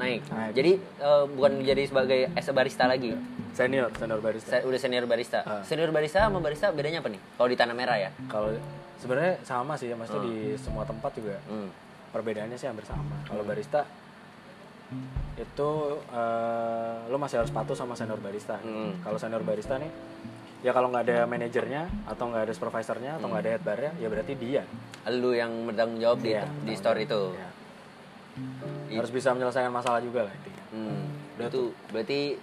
Speaker 1: naik.
Speaker 2: Naik.
Speaker 1: Jadi eh, bukan jadi sebagai as a barista lagi.
Speaker 2: senior senior barista.
Speaker 1: Se- udah senior barista.
Speaker 2: Ah.
Speaker 1: Senior barista sama barista bedanya apa nih? Kalau di tanah merah ya.
Speaker 2: Kalau sebenarnya sama sih, maksudnya di semua tempat juga
Speaker 1: Hmm.
Speaker 2: perbedaannya sih hampir sama. Kalau barista itu eh, lo masih harus patuh sama senior barista.
Speaker 1: Hmm.
Speaker 2: Kalau senior barista nih ya kalau nggak ada manajernya atau nggak ada supervisornya atau nggak ada head barnya ya berarti dia
Speaker 1: Lu yang bertanggung jawab di,
Speaker 2: Iya,
Speaker 1: di store itu.
Speaker 2: Ya. harus bisa menyelesaikan masalah juga lah intinya.
Speaker 1: Hmm. Itu berarti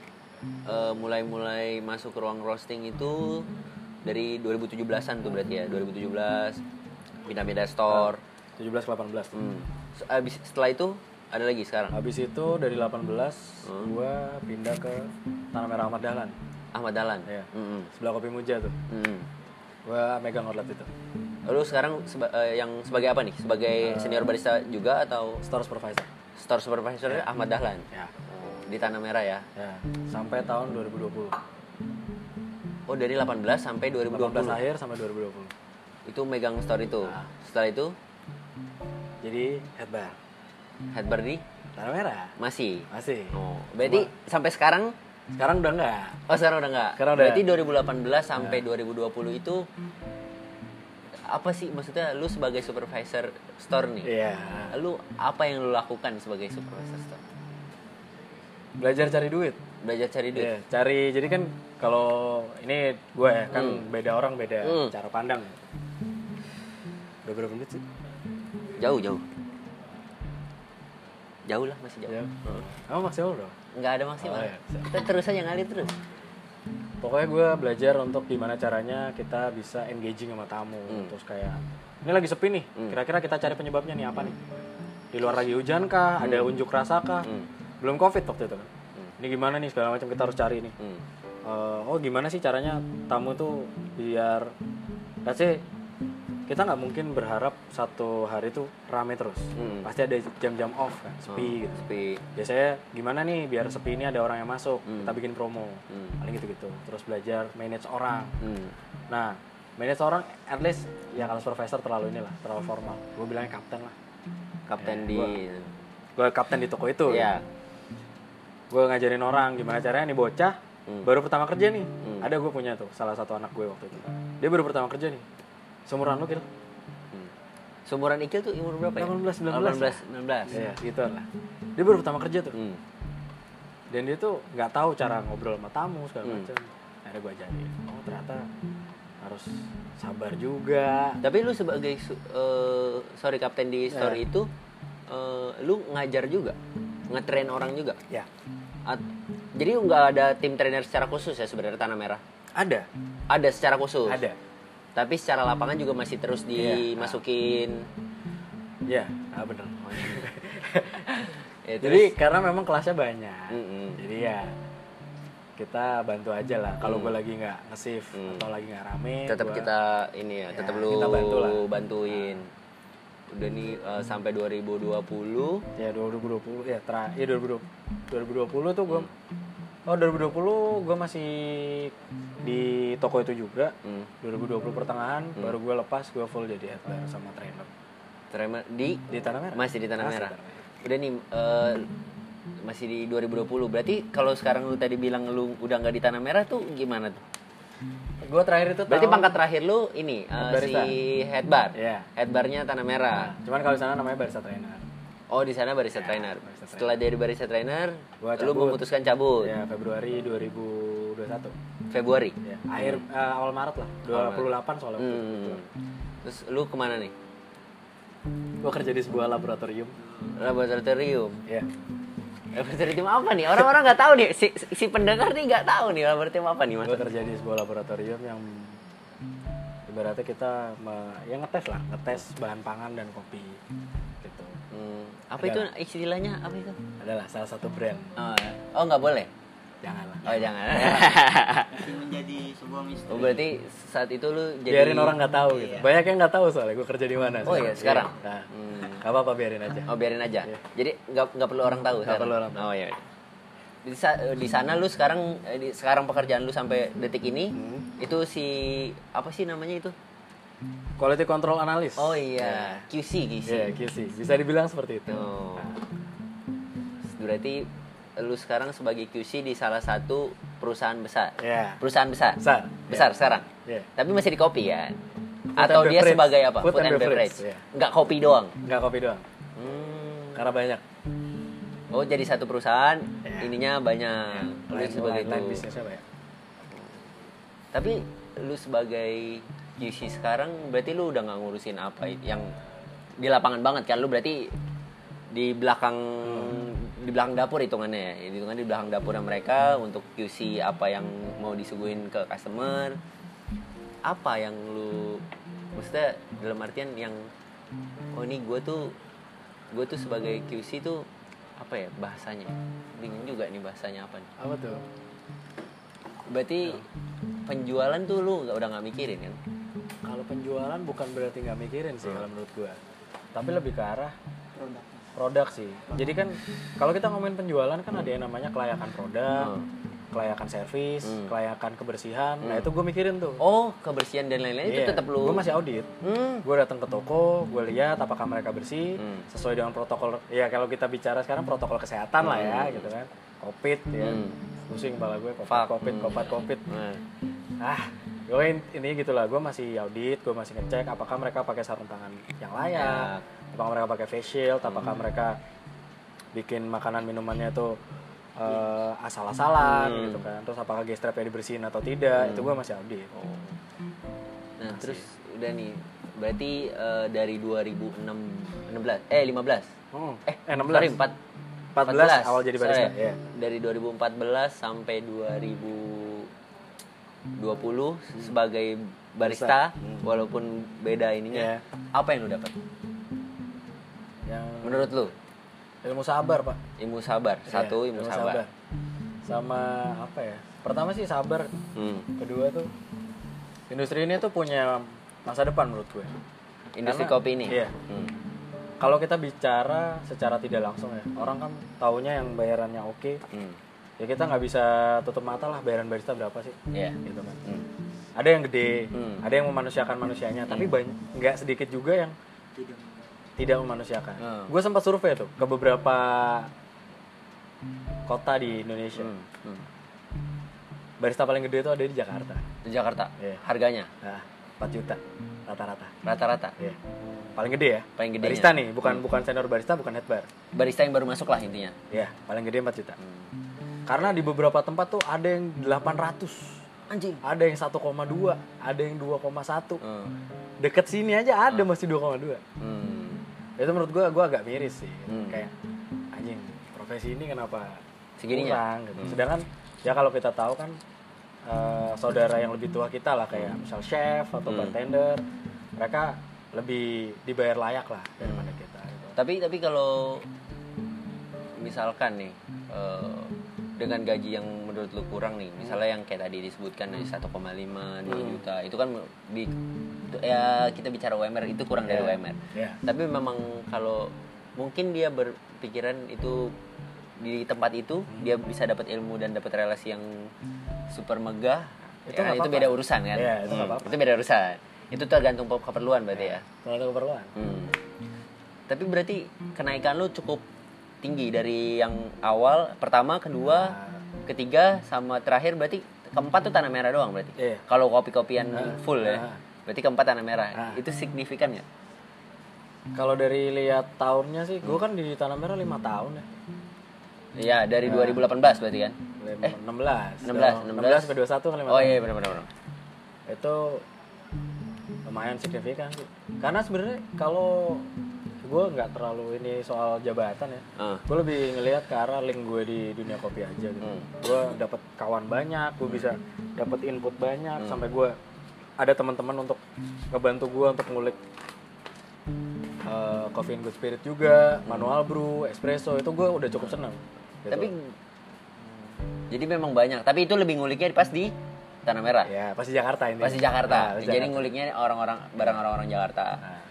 Speaker 1: eh, mulai-mulai masuk ke ruang roasting itu dari 2017-an tuh berarti ya. 2017 pindah-pindah store.
Speaker 2: 17 ke 18.
Speaker 1: Hmm. So, abis- setelah itu ada lagi sekarang.
Speaker 2: Habis itu dari 18 gua pindah ke Tanah Merah Ahmad Dahlan
Speaker 1: Ahmad Dahlan. Hmm,
Speaker 2: Iya.
Speaker 1: Mm-mm.
Speaker 2: sebelah Kopi Muja tuh.
Speaker 1: Mm-mm.
Speaker 2: Gua megang outlet itu.
Speaker 1: Lu sekarang seba- eh, yang sebagai apa nih? Sebagai senior barista juga atau
Speaker 2: Store supervisor.
Speaker 1: store supervisor Ahmad Dahlan
Speaker 2: Ya.
Speaker 1: di Tanah Merah ya.
Speaker 2: Ya, sampai tahun 2020.
Speaker 1: Oh dari 18 sampai
Speaker 2: 2018
Speaker 1: 2020
Speaker 2: akhir sampai 2020.
Speaker 1: itu megang store itu.
Speaker 2: Ah.
Speaker 1: Setelah itu
Speaker 2: Jadi head bar.
Speaker 1: head bar di
Speaker 2: Tanah merah.
Speaker 1: masih.
Speaker 2: Masih.
Speaker 1: Oh, berarti sampai sekarang
Speaker 2: Sekarang udah enggak.
Speaker 1: oh sekarang udah enggak.
Speaker 2: Sekarang udah. Iya.
Speaker 1: Berarti 2018 sampai 2020 itu apa sih maksudnya lu sebagai supervisor store nih?
Speaker 2: Iya.
Speaker 1: Lu apa yang lu lakukan sebagai supervisor store?
Speaker 2: Belajar cari duit.
Speaker 1: Belajar cari duit.
Speaker 2: Iya, cari. Jadi kan kalau ini gue ya, kan beda orang beda
Speaker 1: Hmm.
Speaker 2: cara pandang. ya. Udah berapa menit sih?
Speaker 1: Jauh, jauh. Jauh lah masih jauh.
Speaker 2: Ya. Kamu maksimal bro.
Speaker 1: Nggak ada maksimal.
Speaker 2: Oh, iya.
Speaker 1: Kita terus aja ngalir terus.
Speaker 2: Pokoknya gue belajar untuk gimana caranya kita bisa engaging sama tamu.
Speaker 1: Hmm.
Speaker 2: Terus kayak ini lagi sepi nih. Kira-kira kita cari penyebabnya nih apa nih? Di luar lagi hujan kah?
Speaker 1: Hmm.
Speaker 2: Ada unjuk rasa kah? Belum covid waktu itu kan. Ini gimana nih segala macam kita harus cari nih.
Speaker 1: Hmm.
Speaker 2: Eh, oh gimana sih caranya tamu tuh biar let's say, kita nggak mungkin berharap satu hari tuh rame terus
Speaker 1: Hmm.
Speaker 2: pasti ada jam-jam off kan sepi gitu
Speaker 1: Tapi
Speaker 2: biasanya gimana nih biar sepi ini ada orang yang masuk kita bikin promo
Speaker 1: Hmm.
Speaker 2: paling gitu-gitu terus belajar manage orang
Speaker 1: hmm.
Speaker 2: nah manage orang at least ya kalau supervisor terlalu inilah terlalu formal gue bilangnya kapten lah
Speaker 1: kapten
Speaker 2: Ya,
Speaker 1: di
Speaker 2: gue kapten di toko itu
Speaker 1: Iya. Hmm.
Speaker 2: gue ngajarin orang gimana caranya nih bocah baru pertama kerja nih ada gue punya tuh salah satu anak gue waktu itu dia baru pertama kerja nih seumuran lu kira
Speaker 1: Hmm. Seumuran Ikil tuh umur berapa ya?
Speaker 2: 18,
Speaker 1: 19. 18, 19.
Speaker 2: ya gitu lah dia baru pertama kerja tuh
Speaker 1: Hmm.
Speaker 2: dan dia tuh nggak tahu cara ngobrol sama tamu segala macam akhirnya gue ajarin oh ternyata harus sabar juga
Speaker 1: Tapi lu sebagai su- eh, sorry kapten di
Speaker 2: Iya.
Speaker 1: store itu eh, lu ngajar juga, ngetrain orang juga.
Speaker 2: ya
Speaker 1: At- jadi nggak ada tim trainer secara khusus ya sebenarnya Tanah Merah.
Speaker 2: ada
Speaker 1: Ada secara khusus.
Speaker 2: ada Iya.
Speaker 1: Tapi secara lapangan juga masih terus dimasukin.
Speaker 2: ya ah, bener
Speaker 1: Ya,
Speaker 2: jadi
Speaker 1: terus-
Speaker 2: karena memang kelasnya banyak
Speaker 1: Mm-mm.
Speaker 2: jadi ya kita bantu aja lah kalau gue lagi nggak nge-shift atau lagi nggak rame
Speaker 1: tetap
Speaker 2: gua-
Speaker 1: kita ini ya,
Speaker 2: Ya,
Speaker 1: tetap lu
Speaker 2: kita bantu lah.
Speaker 1: bantuin. Udah nih eh, sampai 2020
Speaker 2: ya 2020 ya terakhir ya 2020 2020 tuh gue oh 2020 gue masih di toko itu juga
Speaker 1: hmm,
Speaker 2: 2020 pertengahan baru gue lepas gue full jadi headbar sama trainer
Speaker 1: trainer di
Speaker 2: di tanah merah
Speaker 1: Masih di Tanah
Speaker 2: Masih
Speaker 1: Merah.
Speaker 2: di Tanah
Speaker 1: Udah nih eh, masih di 2020. Berarti kalau sekarang lu tadi bilang lu udah nggak di Tanah Merah tuh gimana tuh?
Speaker 2: gue terakhir itu
Speaker 1: Berarti
Speaker 2: tahun-
Speaker 1: pangkat terakhir lu ini eh, si
Speaker 2: barista.
Speaker 1: head bar.
Speaker 2: Iya.
Speaker 1: Head barnya Tanah Merah.
Speaker 2: cuman kalau di sana namanya barista trainer
Speaker 1: Oh, di sana barista trainer.
Speaker 2: Nah. Ya, barista
Speaker 1: Setelah dari barista trainer,
Speaker 2: Gua
Speaker 1: lu
Speaker 2: cabut.
Speaker 1: memutuskan cabut
Speaker 2: ya Februari 2021
Speaker 1: Februari.
Speaker 2: ya akhir eh, awal Maret lah 28 soalnya waktu itu.
Speaker 1: Hmm. Terus lu kemana nih?
Speaker 2: gue kerja di sebuah laboratorium
Speaker 1: Laboratorium.
Speaker 2: ya
Speaker 1: Laboratorium apa nih? Orang-orang nggak tahu nih. Si, si pendengar nih nggak tahu nih laboratorium apa nih mas?
Speaker 2: gue kerja di sebuah laboratorium yang ibaratnya kita me- ya ngetes lah ngetes bahan pangan dan kopi gitu
Speaker 1: Hmm, apa itu istilahnya? Apa itu?
Speaker 2: adalah salah satu brand
Speaker 1: ya. Oh, oh, nggak boleh.
Speaker 2: janganlah
Speaker 1: Oh jangan.
Speaker 3: Masih menjadi sebuah misteri.
Speaker 1: oh berarti saat itu lu jadi iya.
Speaker 2: biarin orang nggak tahu gitu banyak yang nggak tahu soalnya gue kerja di mana
Speaker 1: Oh iya sekarang.
Speaker 2: nah,
Speaker 1: Hmm.
Speaker 2: nggak apa-apa biarin aja
Speaker 1: Oh biarin aja.
Speaker 2: Iya.
Speaker 1: Jadi nggak nggak perlu orang tahu.
Speaker 2: Nggak
Speaker 1: sekarang?
Speaker 2: perlu orang tahu.
Speaker 1: Oh iya. Di, sa- di sana lu sekarang eh, di, sekarang pekerjaan lu sampai detik ini
Speaker 2: Hmm.
Speaker 1: itu si apa sih namanya itu?
Speaker 2: quality control analis
Speaker 1: Oh iya QC QC.
Speaker 2: Iya, QC. Bisa dibilang seperti itu.
Speaker 1: Oh. Berarti lu sekarang sebagai QC di salah satu perusahaan besar.
Speaker 2: Iya.
Speaker 1: Perusahaan besar.
Speaker 2: Besar.
Speaker 1: Besar sekarang.
Speaker 2: Iya.
Speaker 1: Tapi masih di kopi ya. Atau
Speaker 2: and
Speaker 1: dia
Speaker 2: beverage.
Speaker 1: sebagai apa?
Speaker 2: Food and beverage, iya.
Speaker 1: Nggak kopi doang.
Speaker 2: Nggak kopi doang,
Speaker 1: Hmm.
Speaker 2: karena banyak.
Speaker 1: Oh jadi satu perusahaan
Speaker 2: Ya.
Speaker 1: ininya banyak. Lu
Speaker 2: Iya. Lain-
Speaker 1: sebagai ya?
Speaker 2: lain- lain
Speaker 1: itu.
Speaker 2: bisnisnya banyak.
Speaker 1: Tapi lu sebagai QC sekarang berarti lu udah nggak ngurusin apa yang di lapangan banget kan lu berarti di belakang di belakang dapur hitungannya ya hitungannya di belakang dapurnya mereka untuk QC apa yang mau disuguhin ke customer apa yang lu maksudnya dalam artian yang oh ini gue tuh gue tuh sebagai QC tuh apa ya bahasanya bingung juga nih bahasanya apa nih
Speaker 2: Apa tuh?
Speaker 1: Berarti penjualan tuh lu nggak udah nggak mikirin kan?
Speaker 2: Kalau penjualan bukan berarti nggak mikirin sih kalau menurut gua. Tapi lebih ke arah
Speaker 3: Produk.
Speaker 2: produk sih. Jadi kan kalau kita ngomongin penjualan kan ada yang namanya kelayakan produk,
Speaker 1: Hmm.
Speaker 2: kelayakan servis,
Speaker 1: Hmm.
Speaker 2: kelayakan kebersihan. Nah, itu gue mikirin tuh.
Speaker 1: Oh kebersihan dan lain-lain itu tetap lu.
Speaker 2: Gue Iya, masih audit.
Speaker 1: Hmm.
Speaker 2: Gue datang ke toko, gue lihat apakah mereka bersih
Speaker 1: Hmm.
Speaker 2: sesuai dengan protokol. Ya kalau kita bicara sekarang protokol kesehatan lah ya, gitu kan. Covid ya.
Speaker 1: Hmm.
Speaker 2: Pusing kepala gue, covid,
Speaker 1: Fuck.
Speaker 2: covid,
Speaker 1: Hmm.
Speaker 2: covid, covid.
Speaker 1: Nah,
Speaker 2: ah gue in- ini gitulah gue masih audit gue masih ngecek apakah mereka pakai sarung tangan yang layak
Speaker 1: Iya.
Speaker 2: apakah mereka pakai face shield apakah
Speaker 1: Hmm.
Speaker 2: mereka bikin makanan minumannya tuh eh, asal-asalan
Speaker 1: Iya. Hmm.
Speaker 2: gitu kan terus apakah gas trapnya dibersihin atau tidak itu gue masih audit
Speaker 1: Oh. nah terus udah nih berarti eh, dari 2016 eh 15
Speaker 2: Hmm.
Speaker 1: eh,
Speaker 2: Eh, 16.
Speaker 1: sorry, empat-
Speaker 2: 14, awal jadi
Speaker 1: Sorry,
Speaker 2: barista, iya.
Speaker 1: dari 2014 sampai 2020 sebagai barista Hmm. walaupun beda ininya
Speaker 2: Hmm. Iya.
Speaker 1: apa yang lu dapat
Speaker 2: yang
Speaker 1: menurut lu
Speaker 2: ilmu sabar pak
Speaker 1: ilmu sabar satu
Speaker 2: Iya,
Speaker 1: ilmu, sabar,
Speaker 2: sama apa ya pertama sih sabar
Speaker 1: Hmm.
Speaker 2: kedua tuh industri ini tuh punya masa depan menurut gue
Speaker 1: industri
Speaker 2: Karena-
Speaker 1: kopi ini
Speaker 2: iya.
Speaker 1: Hmm.
Speaker 2: kalau kita bicara secara tidak langsung ya orang kan taunya yang bayarannya oke
Speaker 1: Hmm.
Speaker 2: ya kita nggak bisa tutup mata lah bayaran barista berapa sih
Speaker 1: Iya.
Speaker 2: gitu kan
Speaker 1: Hmm.
Speaker 2: ada yang gede
Speaker 1: Hmm.
Speaker 2: ada yang memanusiakan manusianya tapi banyak nggak sedikit juga yang
Speaker 3: Tidak.
Speaker 2: tidak memanusiakan
Speaker 1: Hmm.
Speaker 2: gue sempat survei tuh ke beberapa kota di Indonesia
Speaker 1: Hmm. Hmm.
Speaker 2: barista paling gede itu ada di Jakarta
Speaker 1: Di Jakarta.
Speaker 2: Iya.
Speaker 1: Harganya
Speaker 2: nah, 4 juta rata-rata
Speaker 1: rata-rata.
Speaker 2: Iya. paling gede ya
Speaker 1: Paling gedenya. Hmm.
Speaker 2: barista nih bukan bukan senior barista bukan head bar
Speaker 1: Barista yang baru masuk lah intinya.
Speaker 2: ya paling gede 4 juta
Speaker 1: Hmm.
Speaker 2: Karena di beberapa tempat tuh ada yang 800,
Speaker 1: Anjing.
Speaker 2: ada yang 1,2, ada yang 2,1.
Speaker 1: Hmm.
Speaker 2: Deket sini aja ada masih 2,2.
Speaker 1: Hmm.
Speaker 2: Itu menurut gua gua agak miris sih.
Speaker 1: Hmm.
Speaker 2: Kayak anjing, profesi ini kenapa
Speaker 1: Segininya? Hmm.
Speaker 2: kurang gitu. Sedangkan ya kalau kita tahu kan eh, saudara yang lebih tua kita lah kayak misal chef atau
Speaker 1: Hmm.
Speaker 2: bartender, mereka lebih dibayar layak lah daripada
Speaker 1: Hmm.
Speaker 2: kita gitu.
Speaker 1: Tapi tapi kalau misalkan nih eh, dengan gaji yang menurut lu kurang nih, misalnya yang kayak tadi disebutkan
Speaker 2: Hmm.
Speaker 1: dari 1,5 2 juta, itu kan di itu- ya kita bicara UMR itu kurang dari
Speaker 2: Iya.
Speaker 1: UMR.
Speaker 2: Iya.
Speaker 1: Tapi memang kalau mungkin dia berpikiran itu di tempat itu
Speaker 2: Hmm.
Speaker 1: dia bisa dapat ilmu dan dapat relasi yang super megah. Ya
Speaker 2: Itu
Speaker 1: kan,
Speaker 2: nggak
Speaker 1: itu
Speaker 2: apa-apa.
Speaker 1: beda urusan kan?
Speaker 2: Iya, itu nggak apa-apa.
Speaker 1: itu beda urusan. Itu tergantung pe- keperluan berarti ya.
Speaker 2: Kalau ada keperluan.
Speaker 1: Hmm. Tapi berarti kenaikan lu cukup tinggi dari yang awal pertama, kedua,
Speaker 2: Nah.
Speaker 1: ketiga sama terakhir berarti keempat tuh tanah merah doang berarti.
Speaker 2: Iya.
Speaker 1: Kalau kopi-kopian full ya.
Speaker 2: Ah.
Speaker 1: Berarti keempat tanah merah.
Speaker 2: Ah.
Speaker 1: Itu signifikan nggak?
Speaker 2: Hmm. Kalau dari lihat tahunnya sih, gue kan di Tanah Merah 5 tahun ya.
Speaker 1: Iya, dari
Speaker 2: Nah.
Speaker 1: 2018 berarti kan.
Speaker 2: Eh, 16.
Speaker 1: 16,
Speaker 2: 16 sampai 21 kan 5
Speaker 1: Oh iya benar benar. benar.
Speaker 2: Itu lumayan signifikan sih. Karena sebenarnya kalau gue nggak terlalu ini soal jabatan ya.
Speaker 1: Ah.
Speaker 2: Gue lebih ngelihat ke arah link gue di dunia kopi aja gitu.
Speaker 1: Hmm.
Speaker 2: Gue dapat kawan banyak, gue bisa dapat input
Speaker 1: Hmm.
Speaker 2: banyak sampai gue ada teman-teman untuk ngebantu gue untuk ngulik eh, coffee and good spirit juga, manual brew, espresso itu gue udah cukup senang. gitu.
Speaker 1: Tapi Jadi memang banyak, tapi itu lebih nguliknya pas di Tanah Merah.
Speaker 2: Ya, pasti Jakarta ini.
Speaker 1: Pas di Jakarta.
Speaker 2: Nah, pasti
Speaker 1: Jadi
Speaker 2: Jakarta.
Speaker 1: nguliknya orang-orang barang orang-orang Jakarta.
Speaker 2: Nah,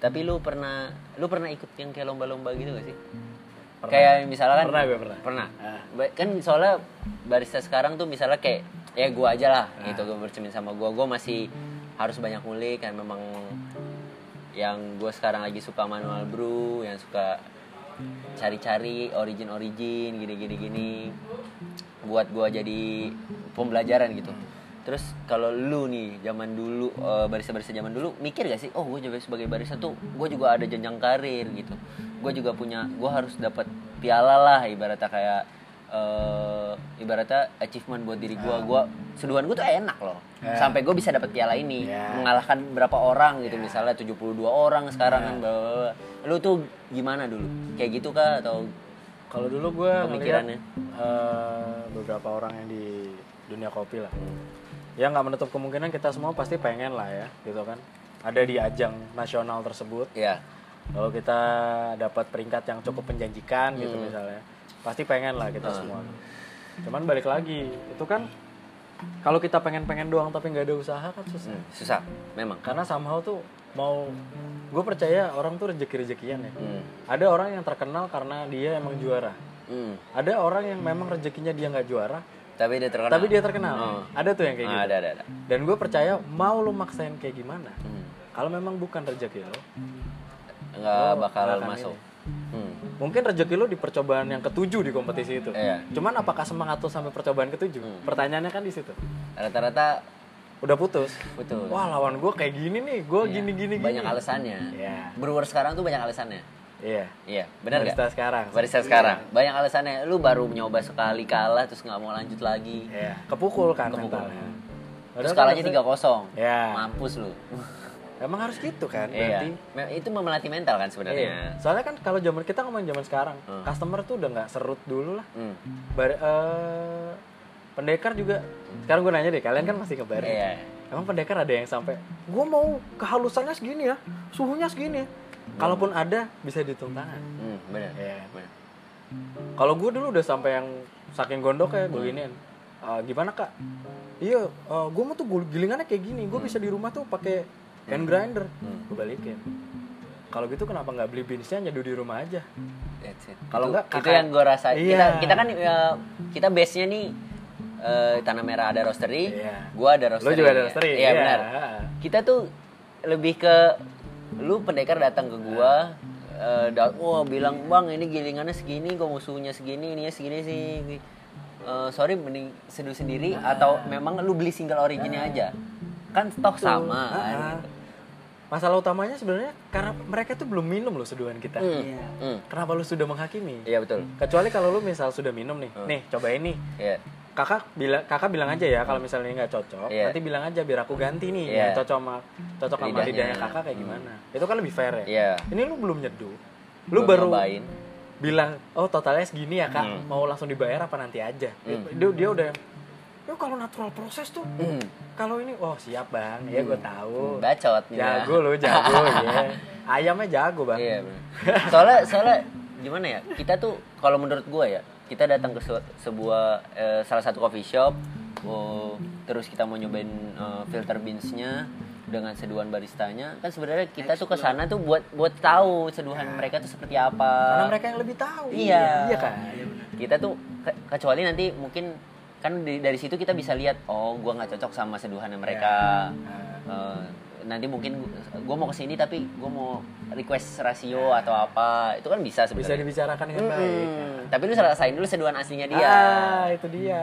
Speaker 1: Tapi lu pernah lu pernah ikut yang kayak lomba-lomba gitu gak sih?
Speaker 2: Pernah.
Speaker 1: Kayak misalnya kan
Speaker 2: Pernah gue, pernah.
Speaker 1: Pernah.
Speaker 2: Ah.
Speaker 1: Ba- Kan soalnya barista sekarang tuh misalnya kayak ya gua aja lah gitu gue bercermin sama gua. Gua masih harus banyak ngulik kan memang yang gue sekarang lagi suka manual brew, yang suka cari-cari origin origin gini-gini gini buat gua jadi pembelajaran gitu. Terus kalau lu nih zaman dulu eh, barista-barista zaman dulu mikir gak sih oh gue juga sebagai barista tuh gue juga ada jenjang karir gitu. Gue juga punya gue harus dapat piala lah ibaratnya kayak eh, ibaratnya achievement buat diri gua Gua seduhan gue tuh enak loh.
Speaker 2: Ya.
Speaker 1: Sampai gue bisa dapat piala ini
Speaker 2: Ya.
Speaker 1: mengalahkan berapa orang gitu misalnya 72 orang
Speaker 2: Ya.
Speaker 1: sekarang kan bla, bla, bla. Lu tuh gimana dulu? Kayak gitu kah atau
Speaker 2: Kalau dulu gue
Speaker 1: Pemikirannya.
Speaker 2: ngeliat eh, beberapa orang yang di dunia kopi lah. Ya nggak menutup kemungkinan kita semua pasti pengen lah ya, gitu kan. Ada di ajang nasional tersebut.
Speaker 1: ya
Speaker 2: Kalau kita dapat peringkat yang cukup menjanjikan gitu misalnya, pasti pengen lah kita semua. Cuman balik lagi, itu kan kalau kita pengen-pengen doang tapi nggak ada usaha kan susah.
Speaker 1: Hmm, susah memang.
Speaker 2: Karena somehow tuh mau, gue percaya orang tuh rezeki-rezekian ya.
Speaker 1: Hmm.
Speaker 2: Ada orang yang terkenal karena dia emang juara.
Speaker 1: Hmm.
Speaker 2: Ada orang yang memang rezekinya dia nggak juara,
Speaker 1: Tapi dia terkenal.
Speaker 2: tapi dia terkenal. Ada tuh yang kayak
Speaker 1: Ah,
Speaker 2: gitu.
Speaker 1: ada ada ada.
Speaker 2: Dan gue percaya mau lu maksain kayak gimana,
Speaker 1: Hmm.
Speaker 2: kalau memang bukan rezeki lo,
Speaker 1: Nggak
Speaker 2: Lo
Speaker 1: bakal
Speaker 2: akan
Speaker 1: masuk. Hmm.
Speaker 2: mungkin rezeki lo di percobaan yang ketujuh di kompetisi itu.
Speaker 1: Iya. Hmm.
Speaker 2: Cuman apakah semangat lo sampai percobaan ketujuh? Pertanyaannya kan di situ.
Speaker 1: Rata-rata
Speaker 2: Udah putus.
Speaker 1: betul. Iya.
Speaker 2: Wah lawan gue kayak gini nih, gue gini gini gini.
Speaker 1: banyak alasannya.
Speaker 2: Iya.
Speaker 1: Brewer sekarang tuh banyak alasannya.
Speaker 2: Iya.
Speaker 1: Iya, benar
Speaker 2: Barista
Speaker 1: nggak?
Speaker 2: sekarang.
Speaker 1: Barista sekarang banyak alasannya. Lu baru nyoba sekali kalah terus nggak mau lanjut lagi.
Speaker 2: Iya. Kepukul kan
Speaker 1: Kepukul.
Speaker 2: mentalnya.
Speaker 1: Terus
Speaker 2: Padahal kan
Speaker 1: kalahnya 3-0.
Speaker 2: harusnya- Iya.
Speaker 1: Mampus lu.
Speaker 2: Emang harus gitu kan?
Speaker 1: Iya.
Speaker 2: Berarti
Speaker 1: Me- Itu memelatih mental kan
Speaker 2: Iya.
Speaker 1: sebenarnya.
Speaker 2: Soalnya kan kalau zaman kita ngomongin zaman sekarang,
Speaker 1: Hmm.
Speaker 2: customer tuh udah nggak serut dulu lah.
Speaker 1: Hmm.
Speaker 2: Bar, eh, pendekar juga. Sekarang gue nanya deh, kalian kan masih ngebar.
Speaker 1: Iya.
Speaker 2: Emang pendekar ada yang sampai, gue mau kehalusannya segini ya, suhunya segini. ya." Kalaupun ada, bisa dihitung tangan.
Speaker 1: Hmm, benar.
Speaker 2: Iya.
Speaker 1: Benar.
Speaker 2: Kalau gue dulu udah sampai yang saking gondok ya,
Speaker 1: Hmm.
Speaker 2: gue giniin. "Eh, gimana kak? Iya, gue mau tuh gul- gilingannya kayak gini. Gue bisa di rumah tuh pakai hand grinder.
Speaker 1: Hmm.
Speaker 2: Gue balikin. Kalau gitu kenapa nggak beli beansnya nyeduh di rumah aja?
Speaker 1: That's it. Itu-
Speaker 2: Kalau enggak,
Speaker 1: itu
Speaker 2: kakak-
Speaker 1: yang gue rasa. Kita
Speaker 2: Iya.
Speaker 1: kita kan eh, kita base-nya nih eh, tanah merah ada roastery,
Speaker 2: Iya.
Speaker 1: gua ada
Speaker 2: Lo
Speaker 1: roastery.
Speaker 2: juga ada
Speaker 1: ya.
Speaker 2: roastery.
Speaker 1: Iya benar. Kita tuh lebih ke lu pendekar datang ke gua eh,
Speaker 2: Iya.
Speaker 1: da- wah bilang bang ini gilingannya segini, gua mau suhunya segini, ininya segini sih. Eh, sorry mending seduh sendiri
Speaker 2: Iya.
Speaker 1: atau memang lu beli single originnya aja. Kan stok sama.
Speaker 2: Ah,
Speaker 1: kan,
Speaker 2: ah.
Speaker 1: gitu.
Speaker 2: Masalah utamanya sebenarnya karena mereka tuh belum minum loh seduhan kita.
Speaker 1: Hmm,
Speaker 3: Iya.
Speaker 1: hmm.
Speaker 2: Kenapa lu sudah menghakimi?
Speaker 1: Iya Hmm. betul.
Speaker 2: Kecuali kalau lu misal sudah minum nih, nih cobain nih.
Speaker 1: Iya.
Speaker 2: Kakak bilang kakak bilang aja ya kalau misalnya nggak cocok,
Speaker 1: Iya.
Speaker 2: nanti bilang aja biar aku ganti nih
Speaker 1: Iya.
Speaker 2: yang cocok sama cocok sama
Speaker 1: Lidahnya. Hmm.
Speaker 2: lidahnya kakak kayak gimana. Itu kan lebih fair ya.
Speaker 1: Iya.
Speaker 2: Ini lu belum nyeduh, lu
Speaker 1: Belum
Speaker 2: baru
Speaker 1: nyobain. Hmm.
Speaker 2: bilang oh totalnya segini ya kak, mau langsung dibayar apa nanti aja. Dia dia udah, ya kalau natural proses tuh,
Speaker 1: Hmm.
Speaker 2: kalau ini oh siap bang, ya gue tahu.
Speaker 1: Bacot nih. Bang.
Speaker 2: Jago lo, jago ya. Ayamnya jago bang.
Speaker 1: Iya bener. Soalnya soalnya gimana ya? Kita tuh kalau menurut gue ya, kita datang ke se- sebuah eh, salah satu coffee shop, oh, terus kita mau nyobain eh, filter beansnya dengan seduhan baristanya, kan sebenarnya kita tuh ke sana tuh buat buat tahu seduhan mereka tuh seperti apa.
Speaker 2: Iya. Karena mereka yang lebih tahu.
Speaker 1: Iya.
Speaker 2: Iya kan.
Speaker 1: Kita tuh ke- kecuali nanti mungkin kan di- dari situ kita bisa lihat oh gua nggak cocok sama seduhannya
Speaker 2: Iya.
Speaker 1: mereka. Eh, nanti mungkin gue mau kesini tapi gue mau request rasio atau apa itu kan bisa
Speaker 2: Iya. Bisa
Speaker 1: sebenarnya.
Speaker 2: dibicarakan dengan baik. iya.
Speaker 1: Hmm, tapi lu rasain dulu seduhan aslinya dia.
Speaker 2: Ah, itu dia.
Speaker 1: Iya.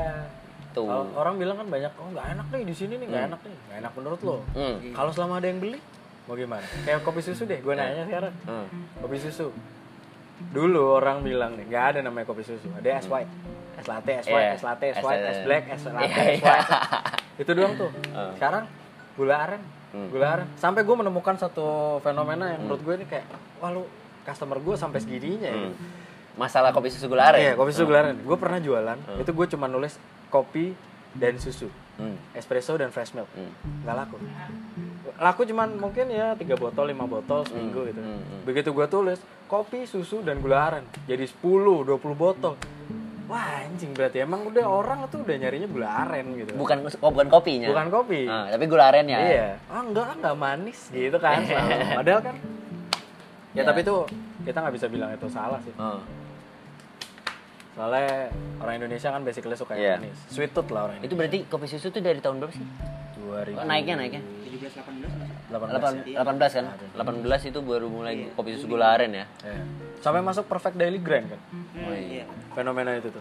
Speaker 1: Tuh.
Speaker 2: Kalau orang bilang kan banyak, oh nggak enak nih di sini nih, nggak enak nih, nggak enak menurut lo.
Speaker 1: Hmm.
Speaker 2: Kalau selama ada yang beli, mau gimana? Kayak kopi susu deh, gue nanya sekarang.
Speaker 1: Hmm.
Speaker 2: Kopi susu. Dulu orang bilang nih, nggak ada namanya kopi susu, ada es white, es latte, es white,
Speaker 1: Iya.
Speaker 2: es latte, es
Speaker 1: Es
Speaker 2: white,
Speaker 1: latte.
Speaker 2: es black, es latte,
Speaker 1: Iya,
Speaker 2: es
Speaker 1: iya. Oh.
Speaker 2: white. itu doang tuh sekarang gula aren
Speaker 1: Hmm.
Speaker 2: gula aren sampai gue menemukan satu fenomena yang menurut gue ini kayak wah lu customer gue sampai segininya ya
Speaker 1: Hmm. Masalah kopi susu gula aren.
Speaker 2: iya kopi susu gula aren gue pernah jualan
Speaker 1: Oh.
Speaker 2: itu gue cuma nulis kopi dan susu
Speaker 1: Hmm.
Speaker 2: espresso dan fresh milk
Speaker 1: Hmm.
Speaker 2: nggak laku laku cuman mungkin ya tiga botol lima botol seminggu gitu
Speaker 1: hmm, hmm.
Speaker 2: begitu gue tulis kopi susu dan gula aren jadi 10 20 botol Wah anjing berarti emang udah orang tuh udah nyarinya gula aren gitu.
Speaker 1: bukan oh, bukan kopinya
Speaker 2: Bukan kopi.
Speaker 1: Ah, tapi gula arennya
Speaker 2: Iya. Ah enggak ah, enggak manis gitu kan. selalu. Padahal kan. Ya,
Speaker 1: Ya.
Speaker 2: tapi itu kita nggak bisa bilang itu salah sih.
Speaker 1: Oh,
Speaker 2: Soalnya orang Indonesia kan basically suka
Speaker 1: Iya.
Speaker 2: yang manis. Sweet tooth lah orang.
Speaker 1: itu berarti kopi susu itu dari tahun berapa sih
Speaker 2: 2000.
Speaker 1: oh, naiknya naiknya
Speaker 3: 17 18
Speaker 2: 18.
Speaker 3: masih.
Speaker 2: ya.
Speaker 1: 18 kan 18 itu baru mulai kopi susu gula aren ya Oh,
Speaker 2: Iya. Sampai masuk perfect daily grand kan.
Speaker 3: Hmm, iya.
Speaker 2: Fenomena itu tuh.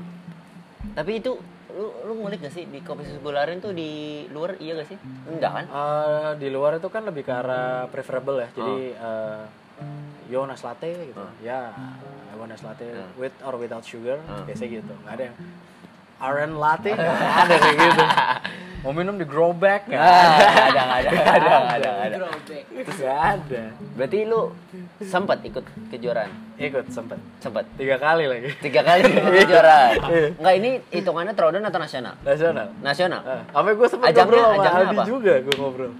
Speaker 1: tapi itu lu lu ngulik gak sih di kopi susu gula aren tuh di luar iya gak sih enggak kan
Speaker 2: Eh, di luar itu kan lebih ke arah preferable ya. Jadi
Speaker 1: Oh.
Speaker 2: eh, yo nas latte gitu. Ya, I want nas latte
Speaker 1: Hmm.
Speaker 2: with or without sugar. Biasanya gitu. Nggak ada yang aren latte. Nggak ada kayak gitu. Mau minum di growback nggak
Speaker 1: Ah,
Speaker 2: ada.
Speaker 1: nggak ada nggak ada nggak ada nggak ada, nggak ada.
Speaker 3: Throwback.
Speaker 2: Itu nggak ada.
Speaker 1: berarti lu sempat ikut kejuaraan
Speaker 2: Ikut sempet.
Speaker 1: sempat Iya.
Speaker 2: Tiga kali lagi.
Speaker 1: tiga kali ikut kejuaraan enggak ini hitungannya throwdown atau nasional
Speaker 2: Nasional.
Speaker 1: nasional
Speaker 2: Eh, sampai gue sempet
Speaker 1: Ajangnya-
Speaker 2: ngobrol sama
Speaker 1: ajangnya
Speaker 2: Aldi
Speaker 1: apa?
Speaker 2: juga. Gue ngobrol.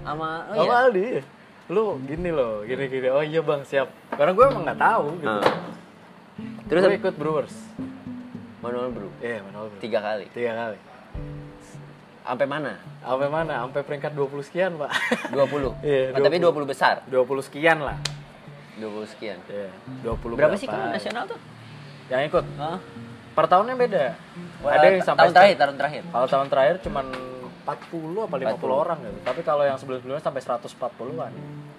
Speaker 1: sama oh
Speaker 2: sama
Speaker 1: iya
Speaker 2: Aldi. Lu gini loh, gini-gini. Oh iya bang, siap. Karena gue emang nggak tahu gitu.
Speaker 1: Ah. terus
Speaker 2: gue ikut Brewers.
Speaker 1: manual bro
Speaker 2: Iya, Manuel Brewers.
Speaker 1: tiga kali
Speaker 2: Tiga kali.
Speaker 1: sampai mana
Speaker 2: Sampai mana? Sampai peringkat 20 sekian, Pak.
Speaker 1: 20
Speaker 2: Iya,
Speaker 1: Oh, tapi 20 besar
Speaker 2: 20 sekian lah.
Speaker 1: 20 sekian
Speaker 2: Iya, 20
Speaker 1: berapa sih kalau
Speaker 2: berapaan.
Speaker 1: nasional tuh
Speaker 2: Yang ikut.
Speaker 1: Hah?
Speaker 2: Per tahunnya beda.
Speaker 1: Wah,
Speaker 2: Ada yang
Speaker 1: Oh,
Speaker 2: sampai
Speaker 1: tahun terakhir tahun terakhir
Speaker 2: Kalau tahun terakhir cuman 40 apa 50 orang gitu. Tapi kalau yang sebelum-sebelumnya sampai 140-an.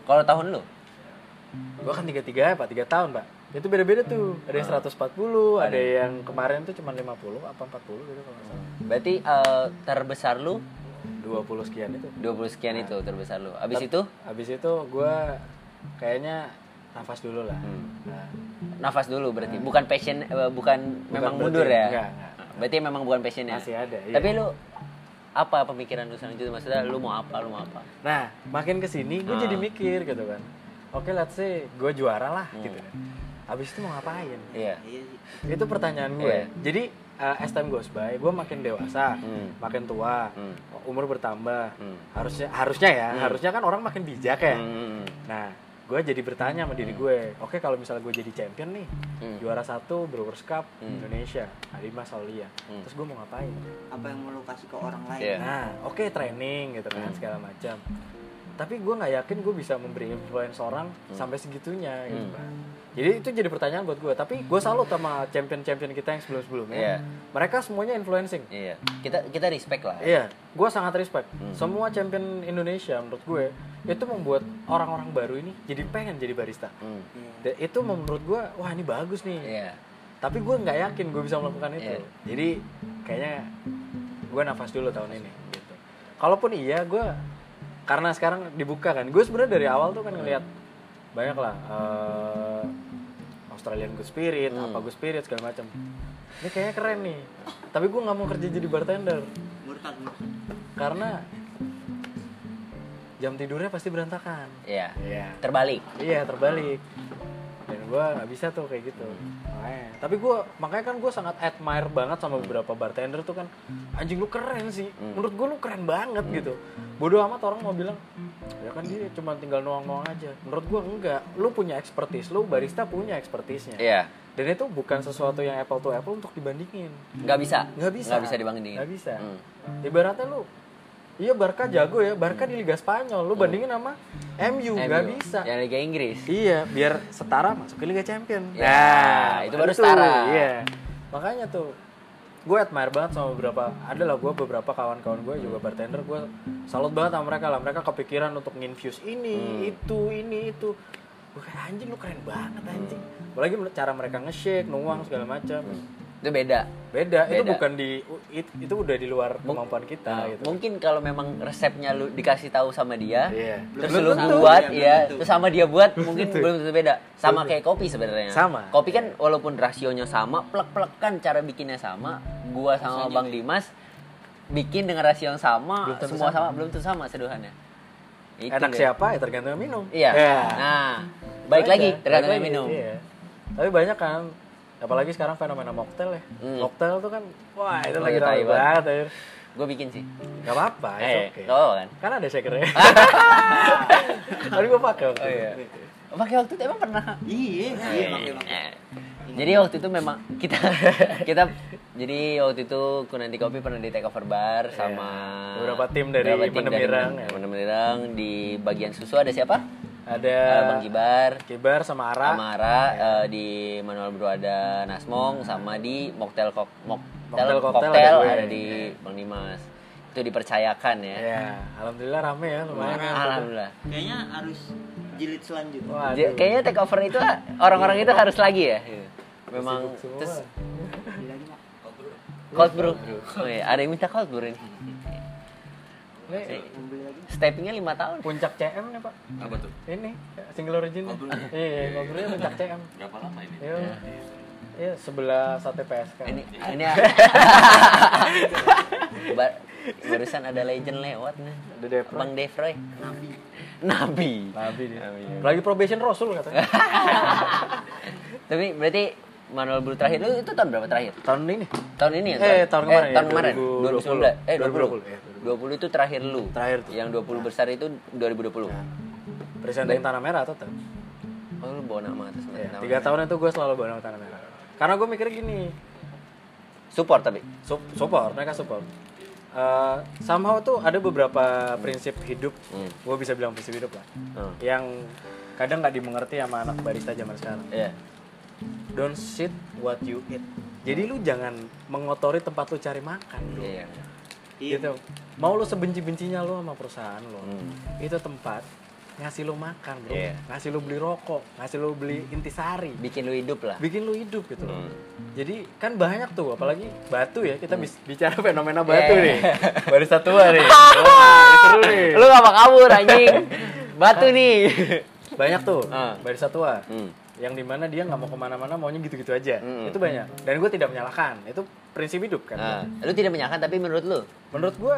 Speaker 1: kalau tahun lu
Speaker 2: Gua kan tiga-tiga ya, Pak, 3 tahun, Pak. Itu beda-beda tuh. Ada yang 140, Hmm. ada yang hmm. kemarin tuh cuman 50 apa 40 gitu kalau nggak salah.
Speaker 1: berarti eh, terbesar lu
Speaker 2: 20 sekian itu.
Speaker 1: 20 sekian itu terbesar lu abis itu
Speaker 2: Habis itu gua kayaknya nafas dulu lah. Nah,
Speaker 1: nafas dulu berarti bukan passion eh, bukan, memang
Speaker 2: berarti-
Speaker 1: mundur ya
Speaker 2: enggak, enggak.
Speaker 1: berarti memang bukan passionnya
Speaker 2: Masih ada, iya.
Speaker 1: tapi lu apa pemikiran lu selanjutnya maksudnya lu mau apa lu mau apa
Speaker 2: Nah, makin kesini gue jadi mikir gitu kan. Oke, let's say gue juara lah gitu kan. Habis itu mau ngapain?
Speaker 1: iya
Speaker 3: Iya sih.
Speaker 2: Itu pertanyaan
Speaker 1: Iya.
Speaker 2: gue. Jadi uh, as time goes by, gue makin dewasa,
Speaker 1: Hmm.
Speaker 2: makin tua,
Speaker 1: Hmm.
Speaker 2: umur bertambah.
Speaker 1: Hmm.
Speaker 2: Harusnya harusnya ya, harusnya kan orang makin bijak ya.
Speaker 1: Hmm.
Speaker 2: Nah, gue jadi bertanya sama diri gue. Oke, kalau misalnya gue jadi champion nih,
Speaker 1: Hmm.
Speaker 2: juara satu Brewers Cup
Speaker 1: Hmm.
Speaker 2: Indonesia, Arima Saulia. Terus gue mau ngapain?
Speaker 3: Apa yang mau lo kasih ke orang lain?
Speaker 1: Iya.
Speaker 2: Nah, oke training gitu
Speaker 1: Hmm.
Speaker 2: kan segala macam. Tapi gue nggak yakin gue bisa memberi influence orang sampai segitunya gitu
Speaker 1: Hmm.
Speaker 2: kan. Jadi itu jadi pertanyaan buat gue. Tapi gue salut sama champion-champion kita yang sebelum-sebelumnya.
Speaker 1: Iya.
Speaker 2: Mereka semuanya influencing.
Speaker 1: iya kita kita respect lah
Speaker 2: Iya, gue sangat respect.
Speaker 1: Hmm.
Speaker 2: Semua champion Indonesia menurut gue itu membuat orang-orang baru ini jadi pengen jadi barista.
Speaker 1: Hmm.
Speaker 3: Iya.
Speaker 2: Dan itu menurut gue, wah ini bagus nih
Speaker 1: iya
Speaker 2: tapi gue nggak yakin gue bisa melakukan itu
Speaker 1: Iya.
Speaker 2: jadi kayaknya gue nafas dulu tahun ini gitu kalaupun iya gue karena sekarang dibuka kan gue sebenarnya dari awal tuh kan ngeliat banyak lah eh, Australian Good Spirit apa Good Spirit segala macam ini kayaknya keren nih tapi gue nggak mau kerja jadi bartender
Speaker 3: Murtad, murtad.
Speaker 2: karena jam tidurnya pasti berantakan
Speaker 1: iya
Speaker 2: Iya.
Speaker 1: terbalik
Speaker 2: Iya terbalik dan gue nggak bisa tuh kayak gitu Makanya. tapi gue makanya kan gue sangat admire banget sama beberapa bartender tuh kan anjing lu keren sih
Speaker 1: Hmm.
Speaker 2: menurut gue lu keren banget gitu bodoh amat orang mau bilang ya kan dia cuma tinggal nuang-nuang aja menurut gue enggak lu punya expertise lu barista punya expertise-nya
Speaker 1: iya
Speaker 2: dan itu bukan sesuatu yang apple to apple untuk dibandingin
Speaker 1: nggak bisa
Speaker 2: nggak bisa
Speaker 1: nggak bisa dibandingin
Speaker 2: nggak bisa
Speaker 1: Hmm.
Speaker 2: ibaratnya lu iya Barca jago ya Barca di Liga Spanyol
Speaker 1: Hmm.
Speaker 2: lu bandingin sama MU nggak
Speaker 1: MU.
Speaker 2: bisa
Speaker 1: yang Liga Inggris
Speaker 2: Iya, biar setara masuk ke Liga Champion.
Speaker 1: Ya, itu baru setara.
Speaker 2: Nah, Iya. Makanya tuh gue admire banget sama beberapa ada lah gue beberapa kawan-kawan gue juga bartender gue salut banget sama mereka lah mereka kepikiran untuk nginfuse ini itu ini itu gue kayak anjing lu keren banget anjing apalagi cara mereka nge-shake nuang segala macam
Speaker 1: itu beda
Speaker 2: Hmm. beda, itu
Speaker 1: Beda.
Speaker 2: bukan di it- itu udah di luar kemampuan kita gitu
Speaker 1: Nah, mungkin kalau memang resepnya lu dikasih tahu sama dia
Speaker 2: Iya.
Speaker 1: terus
Speaker 2: Belum
Speaker 1: lu
Speaker 2: tentu.
Speaker 1: buat ya
Speaker 3: Iya, belum tentu.
Speaker 1: terus sama dia buat mungkin belum tentu beda sama kayak kopi sebenarnya
Speaker 2: Sama.
Speaker 1: kopi kan walaupun rasionya sama plek plekan cara bikinnya sama gua sama bang Dimas bikin dengan rasio yang sama
Speaker 2: Belum tentu
Speaker 1: semua
Speaker 2: sama.
Speaker 1: sama. belum tentu sama seduhannya Itu
Speaker 2: enak
Speaker 1: deh.
Speaker 2: siapa ya tergantung yang minum
Speaker 1: iya
Speaker 2: Ya.
Speaker 1: nah baik lagi
Speaker 2: Ada,
Speaker 1: tergantung
Speaker 2: baik
Speaker 1: yang
Speaker 2: lagi,
Speaker 1: minum
Speaker 2: iya. Tapi banyak kan apalagi sekarang fenomena mocktail ya.
Speaker 1: Hmm.
Speaker 2: Mocktail tuh kan wah itu
Speaker 1: Lagi
Speaker 2: lagi rame
Speaker 1: tai banget.
Speaker 2: banget. ya.
Speaker 1: gua bikin sih
Speaker 2: Gak apa-apa, itu
Speaker 1: eh
Speaker 2: oke.
Speaker 1: nggak apa-apa kan
Speaker 2: Kan ada shakernya. Tadi gue pakai. waktu itu.
Speaker 1: Oh, iya. pakai waktu itu emang pernah
Speaker 2: Iya,
Speaker 3: Iya, iya, pakai, pakai.
Speaker 1: Eh, Jadi waktu itu memang kita kita jadi waktu itu Kunanti Kopi pernah di take over bar sama
Speaker 2: Iya. Beberapa tim dari
Speaker 1: beberapa
Speaker 2: Menemirang, ya.
Speaker 1: Menemirang. di bagian susu ada siapa?
Speaker 2: Ada
Speaker 1: Eh, Bang Kibar,
Speaker 2: Kibar sama Ara.
Speaker 1: Amara eh, di Manual Bro ada Nasmong sama di Mocktail Kok Mocktail
Speaker 2: Mocktail Cocktail
Speaker 1: Cocktail
Speaker 2: ada gue.
Speaker 1: ada di Bang Dimas. Itu dipercayakan ya.
Speaker 2: Ya, alhamdulillah rame ya lumayan. ya.
Speaker 1: Alhamdulillah.
Speaker 3: Kayaknya harus jilid selanjutnya.
Speaker 2: Waduh.
Speaker 1: Ja- Kayaknya take over itu ah,
Speaker 2: Iya.
Speaker 1: orang-orang itu harus lagi ya. Memang
Speaker 2: Sibuk Iya. semua.
Speaker 1: terus
Speaker 3: Gila nih, Mak.
Speaker 1: cold brew. Oh, iya. Ada yang minta cold brew ini. Iya.
Speaker 2: Ini
Speaker 3: Yang beli lagi.
Speaker 1: Steppingnya lima tahun.
Speaker 2: puncak CM nih Pak.
Speaker 4: Apa tuh?
Speaker 2: Ini single origin.
Speaker 4: Ngobrolnya.
Speaker 2: Iya, ngobrolnya puncak CM.
Speaker 4: Berapa lama ini?
Speaker 2: Iya. Iya, sebelah sate PSK.
Speaker 1: Ini ini Ba- barusan ada legend lewat nih.
Speaker 2: Ada Devroy.
Speaker 1: Bang Devroy.
Speaker 3: Nabi.
Speaker 1: Nabi.
Speaker 2: Nabi ya. dia. Lagi probation Rasul katanya.
Speaker 1: Tapi berarti Manual Brew terakhir lu itu tahun berapa terakhir?
Speaker 2: Tahun ini
Speaker 1: Tahun ini ya?
Speaker 2: Eh, tahun kemarin ya,
Speaker 1: tahun kemarin. 2019.
Speaker 2: 2020.
Speaker 1: Eh,
Speaker 2: 2020,
Speaker 1: 20.
Speaker 2: ya,
Speaker 1: 20 itu terakhir lu.
Speaker 2: Terakhir tuh. Iya.
Speaker 1: Yang 20 besar itu 2020.
Speaker 2: presenting tanah merah tetap.
Speaker 1: Oh, lu bawa nama atas.
Speaker 2: Iya,
Speaker 1: nama.
Speaker 2: tiga tahun itu gue selalu bawa nama tanah merah. Karena gue mikirnya gini,
Speaker 1: Support tapi.
Speaker 2: sup- support, mereka support. Eh, somehow tuh ada beberapa prinsip hidup,
Speaker 1: Hmm.
Speaker 2: gue bisa bilang prinsip hidup lah,
Speaker 1: Hmm.
Speaker 2: yang kadang nggak dimengerti sama anak barista zaman sekarang.
Speaker 1: Iya.
Speaker 2: Don't sit what you eat. Jadi lu jangan mengotori tempat lu cari makan. bro.
Speaker 1: Iya.
Speaker 2: Gitu. Mau lu sebenci-bencinya lu sama perusahaan lu,
Speaker 1: Hmm.
Speaker 2: itu tempat ngasih lu makan, bro.
Speaker 1: Iya.
Speaker 2: Ngasih lu beli rokok, ngasih lu beli intisari
Speaker 1: Bikin lu hidup lah.
Speaker 2: bikin lu hidup gitu loh.
Speaker 1: Hmm.
Speaker 2: Jadi kan banyak tuh, apalagi batu ya kita bis- bicara fenomena
Speaker 1: Yeah.
Speaker 2: batu nih, barista tua nih. Wah, seru nih.
Speaker 1: lu gak mau kabur anjing. Batu nih.
Speaker 2: Banyak tuh
Speaker 1: Ah.
Speaker 2: barista tua
Speaker 1: Hmm.
Speaker 2: yang dimana dia nggak mau kemana-mana, maunya gitu-gitu aja.
Speaker 1: Mm-mm.
Speaker 2: Itu banyak. Dan gue tidak menyalahkan, itu prinsip hidup kan.
Speaker 1: Nah, lu tidak menyalahkan tapi menurut lu
Speaker 2: Menurut gue,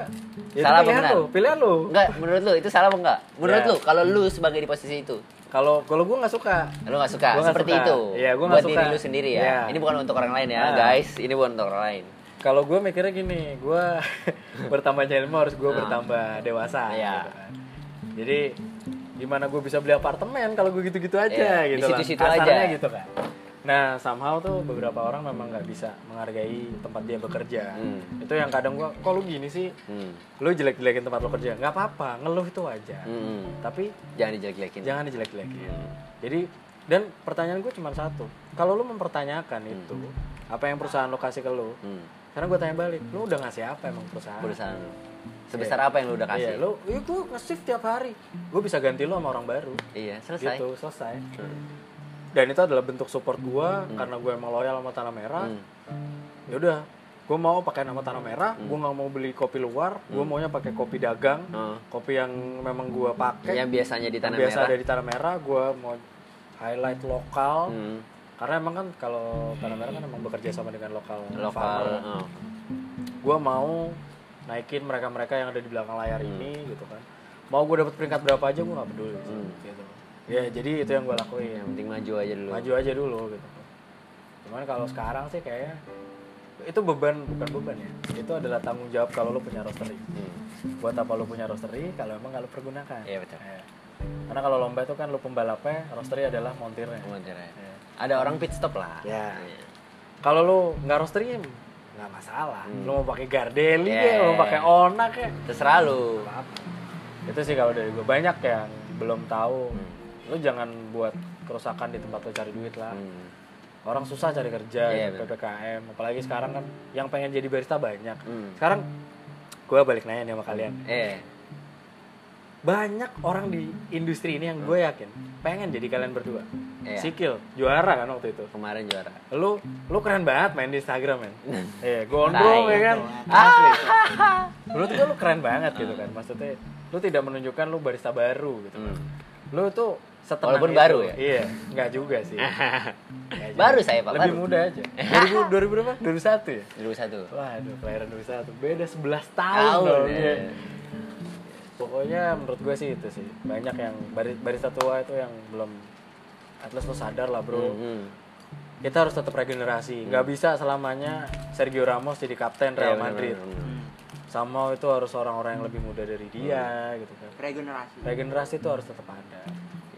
Speaker 2: itu
Speaker 1: Salah apa
Speaker 2: pilihan
Speaker 1: benar?
Speaker 2: lu, pilihan lu.
Speaker 1: enggak menurut lu itu salah apa enggak menurut
Speaker 2: Ya.
Speaker 1: lu kalau lu sebagai di posisi itu
Speaker 2: Kalau kalau gue nggak suka,
Speaker 1: lu nggak suka
Speaker 2: Gua nggak
Speaker 1: seperti
Speaker 2: suka.
Speaker 1: itu
Speaker 2: Iya, gua
Speaker 1: buat
Speaker 2: nggak
Speaker 1: diri
Speaker 2: suka.
Speaker 1: lu sendiri ya
Speaker 2: Iya.
Speaker 1: ini bukan untuk orang lain ya
Speaker 2: Nah.
Speaker 1: guys ini bukan untuk orang lain
Speaker 2: kalau gue mikirnya gini, gue bertambah ilmu harus gue
Speaker 1: Ah.
Speaker 2: bertambah dewasa.
Speaker 1: Iya.
Speaker 2: gitu kan. Jadi gimana gue bisa beli apartemen kalau gue gitu-gitu aja
Speaker 1: Iya, di
Speaker 2: gitu lah.
Speaker 1: situ-situ
Speaker 2: Kasarnya
Speaker 1: aja.
Speaker 2: gitu kan. Nah, somehow tuh beberapa orang memang nggak bisa menghargai tempat dia bekerja.
Speaker 1: Hmm.
Speaker 2: Itu yang kadang gue, kok lu gini sih?
Speaker 1: hmm.
Speaker 2: Lu jelek-jelekin tempat lu kerja. Nggak apa-apa, ngeluh itu wajar.
Speaker 1: Hmm.
Speaker 2: Tapi
Speaker 1: jangan dijelek-jelekin
Speaker 2: jangan dijelek-jelekin. Jadi dan pertanyaan gue cuma satu. Kalau lu mempertanyakan itu, apa yang perusahaan lo kasih ke lu?
Speaker 1: hmm.
Speaker 2: Karena gue tanya balik, lu udah ngasih apa emang perusahaan?
Speaker 1: perusahaan lu sebesar apa yang lu udah kasih
Speaker 2: Ah. Iya, lu, iya gue ngasih tiap hari. Gue bisa ganti lu sama orang baru.
Speaker 1: Iya, selesai
Speaker 2: Gitu, selesai. Dan itu adalah bentuk support gue, karena gue emang loyal sama Tanah Merah.
Speaker 1: Hmm.
Speaker 2: Ya udah, gue mau pakai nama Tanah Merah, gue nggak mau beli kopi luar, gue maunya pakai kopi dagang,
Speaker 1: Hmm.
Speaker 2: kopi yang memang gue pakai.
Speaker 1: yang biasanya di tanah
Speaker 2: biasa
Speaker 1: merah
Speaker 2: ada di Tanah Merah, gue mau highlight lokal.
Speaker 1: Hmm.
Speaker 2: Karena emang kan kalau Tanah Merah kan emang bekerja sama dengan lokal,
Speaker 1: lokal
Speaker 2: farmer.
Speaker 1: oh.
Speaker 2: gue mau naikin mereka-mereka yang ada di belakang layar
Speaker 1: Hmm.
Speaker 2: ini gitu kan mau gue dapet peringkat berapa aja gue nggak peduli sih, gitu ya jadi itu yang gue lakuin
Speaker 1: yang penting maju aja Hmm. dulu
Speaker 2: maju aja dulu gitu cuman kalau sekarang sih kayaknya itu beban bukan beban ya itu adalah tanggung jawab kalau lo punya roastery
Speaker 1: Hmm.
Speaker 2: buat apa lo punya roastery kalau emang nggak lo pergunakan
Speaker 1: Iya, betul.
Speaker 2: Ya. karena kalau lomba itu kan lo pembalapnya roastery adalah montirnya
Speaker 1: Kemudian ya. ada orang pit stop lah
Speaker 2: Ya.
Speaker 1: Iya.
Speaker 2: kalau lo nggak roastery nggak masalah
Speaker 1: Hmm.
Speaker 2: lo mau pakai gardeli
Speaker 1: Yeah.
Speaker 2: ya, mau pakai onak ya
Speaker 1: terserah lu
Speaker 2: itu sih kalau dari gue banyak yang belum tahu lu jangan buat kerusakan di tempat lu cari duit lah
Speaker 1: Hmm.
Speaker 2: orang susah cari kerja gitu,
Speaker 1: Iya,
Speaker 2: di
Speaker 1: bener.
Speaker 2: ppkm apalagi sekarang kan yang pengen jadi barista banyak
Speaker 1: Hmm.
Speaker 2: sekarang gue balik nanya nih sama kalian
Speaker 1: eh
Speaker 2: banyak orang di industri ini yang gue yakin pengen jadi kalian berdua
Speaker 1: Iya.
Speaker 2: sikil juara kan waktu itu
Speaker 1: kemarin juara
Speaker 2: lu lu keren banget main di instagram men eh gondrong
Speaker 1: Tai.
Speaker 2: ya kan asli
Speaker 1: Ah.
Speaker 2: menurut gue lu keren banget gitu kan maksudnya lu tidak menunjukkan lu barista baru gitu
Speaker 1: Hmm.
Speaker 2: lu tuh setenang
Speaker 1: Walaupun
Speaker 2: itu.
Speaker 1: baru ya?
Speaker 2: iya nggak juga sih Nggak juga.
Speaker 1: Baru saya, Pak,
Speaker 2: lebih
Speaker 1: baru.
Speaker 2: muda aja 2000 2000 berapa 2001 ya
Speaker 1: dulu satu
Speaker 2: waduh kelahiran 2001 beda 11 tahun,
Speaker 1: Tahun,
Speaker 2: dong
Speaker 1: ya.
Speaker 2: iya. pokoknya menurut gue sih itu sih banyak yang bari- barista tua itu yang belum at least lu sadar lah bro
Speaker 1: Hmm.
Speaker 2: kita harus tetap regenerasi nggak bisa selamanya Sergio Ramos jadi kapten
Speaker 1: Iya,
Speaker 2: Real
Speaker 1: bener,
Speaker 2: Madrid
Speaker 1: bener, bener.
Speaker 2: sama itu harus orang-orang yang lebih muda dari dia gitu kan
Speaker 3: Regenerasi.
Speaker 2: regenerasi itu harus tetap ada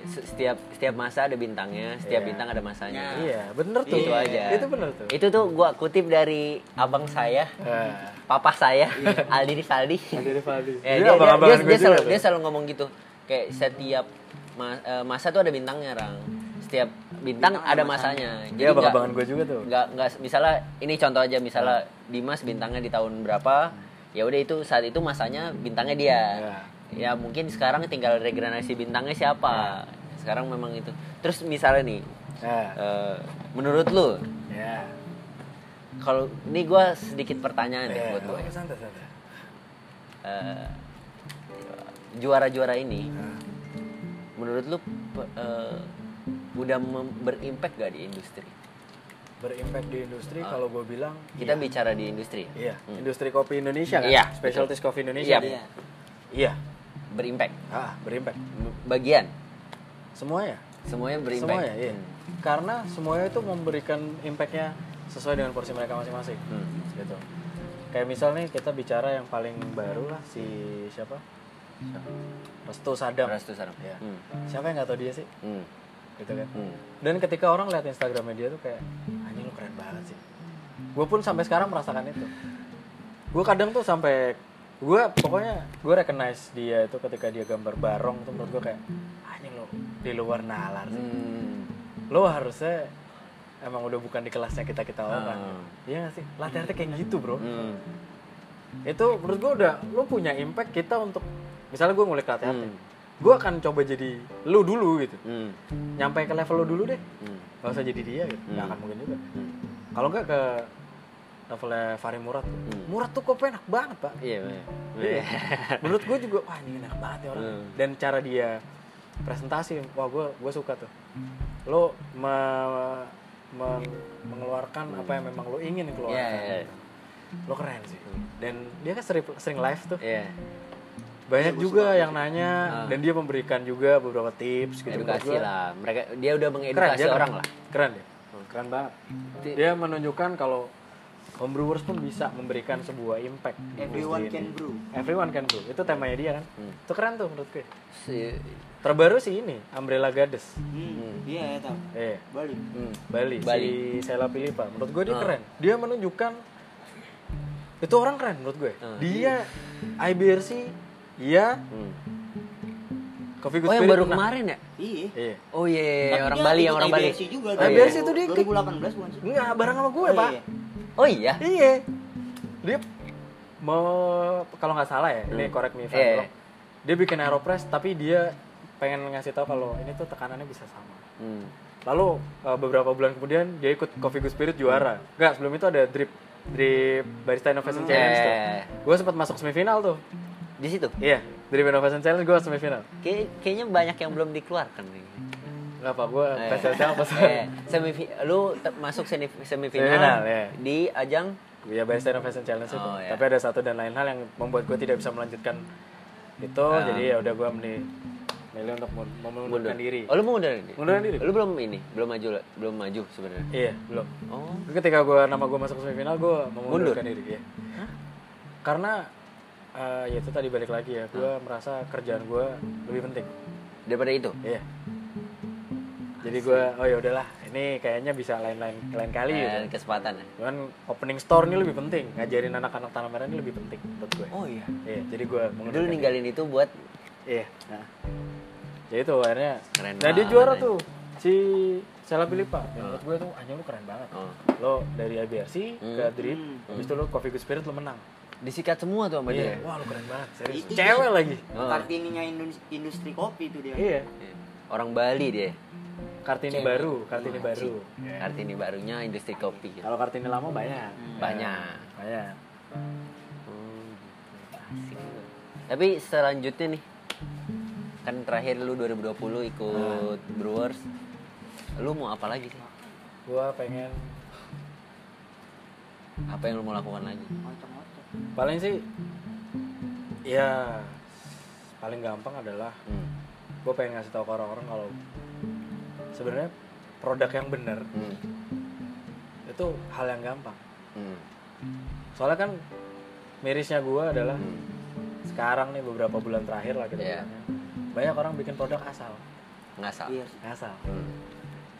Speaker 1: Ya, se- setiap setiap masa ada bintangnya, setiap
Speaker 2: Iya.
Speaker 1: bintang ada masanya.
Speaker 3: Nah.
Speaker 2: Iya, bener tuh.
Speaker 1: Itu aja.
Speaker 2: Itu bener tuh.
Speaker 1: Itu tuh gua kutip dari abang saya,
Speaker 2: Nah,
Speaker 1: papa saya, Aldi Rivaldi.
Speaker 2: dari Valdi.
Speaker 1: Ya, dia,
Speaker 2: Iya. Dia
Speaker 1: dia,
Speaker 2: abang-abangan
Speaker 1: dia,
Speaker 2: gue
Speaker 1: dia
Speaker 2: juga
Speaker 1: selalu,
Speaker 2: tuh.
Speaker 1: dia selalu ngomong gitu. Kayak setiap ma- eh, masa tuh ada bintangnya, Rang. Setiap bintang,
Speaker 3: Bintang ada
Speaker 1: ada masanya.
Speaker 2: Dia
Speaker 1: Jadi nggak-
Speaker 2: abang-abangan gue juga tuh.
Speaker 1: nggak nggak misalnya ini contoh aja misalnya
Speaker 2: Hmm.
Speaker 1: Dimas bintangnya di tahun berapa ya udah itu saat itu masanya bintangnya dia ya mungkin sekarang tinggal regenerasi bintangnya
Speaker 2: Ya.
Speaker 1: siapa sekarang memang itu terus misalnya nih
Speaker 2: Nah,
Speaker 1: eh, menurut lu
Speaker 2: ya.
Speaker 1: kalau ini gue sedikit pertanyaan deh
Speaker 2: Ya,
Speaker 1: buat gue
Speaker 2: oke, santai, santai.
Speaker 1: Eh, juara-juara ini
Speaker 2: Nah.
Speaker 1: menurut lu pe- eh, udah mem- berimpact gak di industri
Speaker 2: Berimpact di industri kalau gue bilang
Speaker 1: kita bicara di industri ya
Speaker 2: Iya, industri kopi Indonesia kan?
Speaker 1: Iya,
Speaker 2: Specialties kopi
Speaker 1: Iya.
Speaker 2: Indonesia.
Speaker 3: Iya.
Speaker 2: Iya.
Speaker 1: berimpact
Speaker 2: Ah, berimpact.
Speaker 1: bagian
Speaker 2: Semuanya.
Speaker 1: semuanya berimpact Hmm.
Speaker 2: Semuanya, iya. Karena semuanya itu memberikan impact-nya sesuai dengan porsi mereka masing-masing.
Speaker 1: Hmm.
Speaker 2: Gitu. Kayak misalnya kita bicara yang paling baru lah si siapa? Restu Sadam.
Speaker 1: Restu Sadam.
Speaker 2: Iya.
Speaker 1: Hmm.
Speaker 2: Siapa yang nggak tahu dia sih?
Speaker 1: Hmm.
Speaker 2: Gitu kan.
Speaker 1: Hmm.
Speaker 2: Dan ketika orang lihat Instagramnya dia tuh kayak, anjing lu keren banget sih. Gue pun sampai sekarang merasakan itu. Gue kadang tuh sampai gue pokoknya gue recognize dia itu ketika dia gambar barong tuh menurut gue kayak anjing lo di luar nalar sih.
Speaker 1: Hmm.
Speaker 2: Lo harusnya emang udah bukan di kelasnya kita kita orang.
Speaker 1: Ah.
Speaker 2: Iya gak sih? Latihannya kayak gitu bro.
Speaker 1: Hmm.
Speaker 2: Itu menurut gue udah lo punya impact kita untuk misalnya gue ngulik latihan,
Speaker 1: Hmm.
Speaker 2: gue akan coba jadi lo dulu gitu. Nyampe ke level lo dulu deh
Speaker 1: Hmm.
Speaker 2: gak usah jadi dia gitu nggak akan mungkin juga kalau nggak ke levelnya Fahri Murad tuh.
Speaker 1: Hmm.
Speaker 2: Murad tuh kopi enak banget pak
Speaker 1: Iya,
Speaker 2: Iya. menurut gue juga wah ini enak banget ya orang
Speaker 1: Hmm.
Speaker 2: dan cara dia presentasi wah gue gue suka tuh lo me- men- mengeluarkan apa yang memang lo ingin keluarkan
Speaker 1: Iya, iya, iya. Hmm.
Speaker 2: lo keren sih dan dia kan sering, sering live tuh
Speaker 1: Iya.
Speaker 2: banyak juga yang nanya dan dia memberikan juga beberapa tips gitu Menurut
Speaker 1: Hmm. Edukasi
Speaker 2: gua,
Speaker 1: lah. Mereka dia udah
Speaker 2: keren
Speaker 1: mengedukasi
Speaker 2: dia keren.
Speaker 1: orang lah.
Speaker 2: keren ya keren banget dia menunjukkan kalau homebrewers pun bisa memberikan sebuah impact di
Speaker 3: Everyone
Speaker 2: industri
Speaker 3: can
Speaker 2: ini.
Speaker 3: brew.
Speaker 2: everyone can brew itu temanya dia kan
Speaker 1: Hmm.
Speaker 2: itu keren tuh menurut gue
Speaker 1: Si-
Speaker 2: terbaru sih ini umbrella goddess
Speaker 3: Hmm. Iya ya tau.
Speaker 2: eh
Speaker 3: Balik.
Speaker 1: Hmm.
Speaker 2: Bali,
Speaker 1: Bali. Ah.
Speaker 2: si Sela Filipa menurut gue dia keren dia menunjukkan itu orang keren menurut gue
Speaker 1: Ah.
Speaker 2: dia IBRC iya
Speaker 1: Hmm.
Speaker 2: Coffee
Speaker 1: Oh,
Speaker 2: Good
Speaker 1: yang
Speaker 2: Spirit
Speaker 1: baru
Speaker 2: menang.
Speaker 1: kemarin ya?
Speaker 3: Iya.
Speaker 2: iya
Speaker 1: Oh iya, iya, iya.
Speaker 3: Tapi
Speaker 1: orang
Speaker 3: dia
Speaker 1: Bali, yang
Speaker 3: ikut
Speaker 1: orang Bali.
Speaker 3: IBRC juga.
Speaker 1: Oh,
Speaker 3: dua
Speaker 1: iya.
Speaker 3: ribu-
Speaker 2: IBRC tuh dia ikut.
Speaker 3: 2018 bukan sih?
Speaker 2: enggak bareng sama gue
Speaker 3: Oh,
Speaker 2: pak
Speaker 3: iya.
Speaker 1: Oh iya.
Speaker 2: Iya. Dia mau kalau nggak salah ya, ini correct me if I'm
Speaker 1: Iya,
Speaker 2: wrong. Dia bikin aeropress tapi dia pengen ngasih tahu kalau ini tuh tekanannya bisa sama.
Speaker 1: Hmm.
Speaker 2: Lalu eh, beberapa bulan kemudian dia ikut Coffee Good Spirit juara. Enggak, sebelum itu ada drip drip Barista Innovation Challenge tuh.
Speaker 1: Iya.
Speaker 2: Gue sempat masuk semifinal tuh.
Speaker 1: Di situ.
Speaker 2: Iya, drip Innovation Challenge gue semifinal.
Speaker 1: Kay- kayaknya banyak yang belum dikeluarkan nih.
Speaker 2: Enggak apa gue
Speaker 1: Eh.
Speaker 2: prestasinya apa sih?
Speaker 1: Eh, semifi- lu te- masuk senif- semifinal,
Speaker 2: Semifinal, iya.
Speaker 1: di ajang
Speaker 2: Ya Barista Innovation Challenge itu.
Speaker 1: Oh, iya.
Speaker 2: Tapi ada satu dan lain hal yang membuat gue tidak bisa melanjutkan itu. Jadi ya udah gue milih, milih untuk mun-
Speaker 1: Ah. mundur.
Speaker 2: mengundurkan diri.
Speaker 1: Oh, lu mau mundur ini?
Speaker 2: Mengundurkan diri?
Speaker 1: Lu belum ini, belum maju, belum maju sebenarnya.
Speaker 2: Iya, belum.
Speaker 1: Oh,
Speaker 2: Ketika gue nama gue masuk semifinal, gue mengundurkan diri. Iya. Karena eh, ya itu tadi balik lagi ya, gue merasa kerjaan gue lebih penting.
Speaker 1: daripada itu.
Speaker 2: Iya. Jadi gue, oh ya udahlah, ini kayaknya bisa lain-lain lain kali. gitu.
Speaker 1: Eh, kesempatan. ya?
Speaker 2: Cuman opening store ini lebih penting, ngajarin anak-anak tanah merah ini lebih penting buat gue.
Speaker 1: Oh iya.
Speaker 2: Iya, jadi gue mengundurkan
Speaker 1: Dulu ninggalin itu buat
Speaker 2: Iya. Jadi tuh akhirnya.
Speaker 1: Keren
Speaker 2: nah
Speaker 1: banget,
Speaker 2: dia
Speaker 1: Oh.
Speaker 2: juara
Speaker 1: anjing.
Speaker 2: tuh si Sela Filipa. Dan Menurut gue tuh anjing lu keren banget.
Speaker 1: oh,
Speaker 2: Lo dari IBRC ke Drip,
Speaker 3: Hmm.
Speaker 2: habis itu lo Coffee Good Spirit lo menang.
Speaker 1: disikat semua tuh sama dia.
Speaker 2: Wah lu keren banget, serius.
Speaker 3: Itu-
Speaker 2: Cewek lagi.
Speaker 1: Oh.
Speaker 3: Kartininya Indus- industri kopi itu dia.
Speaker 2: Iya.
Speaker 1: Iya. Orang Bali dia.
Speaker 2: Kartini
Speaker 1: Cewek.
Speaker 2: baru, Kartini
Speaker 1: Wah,
Speaker 2: baru.
Speaker 1: anjing. Kartini barunya industri kopi. gitu.
Speaker 2: Kalau Kartini lama banyak.
Speaker 1: Banyak.
Speaker 2: Banyak.
Speaker 1: Oh, gitu. Asik. Tapi selanjutnya nih kan terakhir lu 2020 ikut Brewers. Lu mau apa lagi sih?
Speaker 2: Gue pengen
Speaker 1: Apa yang lu mau lakukan lagi?
Speaker 3: Ngocok-ngocok.
Speaker 2: paling sih ya paling gampang adalah
Speaker 1: Hmm.
Speaker 2: gue pengen ngasih tahu ke orang-orang kalau sebenarnya produk yang benar
Speaker 1: Hmm.
Speaker 2: itu hal yang gampang
Speaker 1: Hmm.
Speaker 2: soalnya kan mirisnya gue adalah
Speaker 1: Hmm.
Speaker 2: sekarang nih beberapa bulan terakhir lah gitu
Speaker 1: Iya.
Speaker 2: banyak orang bikin produk asal
Speaker 1: ngasal
Speaker 3: Iya.
Speaker 2: ngasal
Speaker 1: Hmm.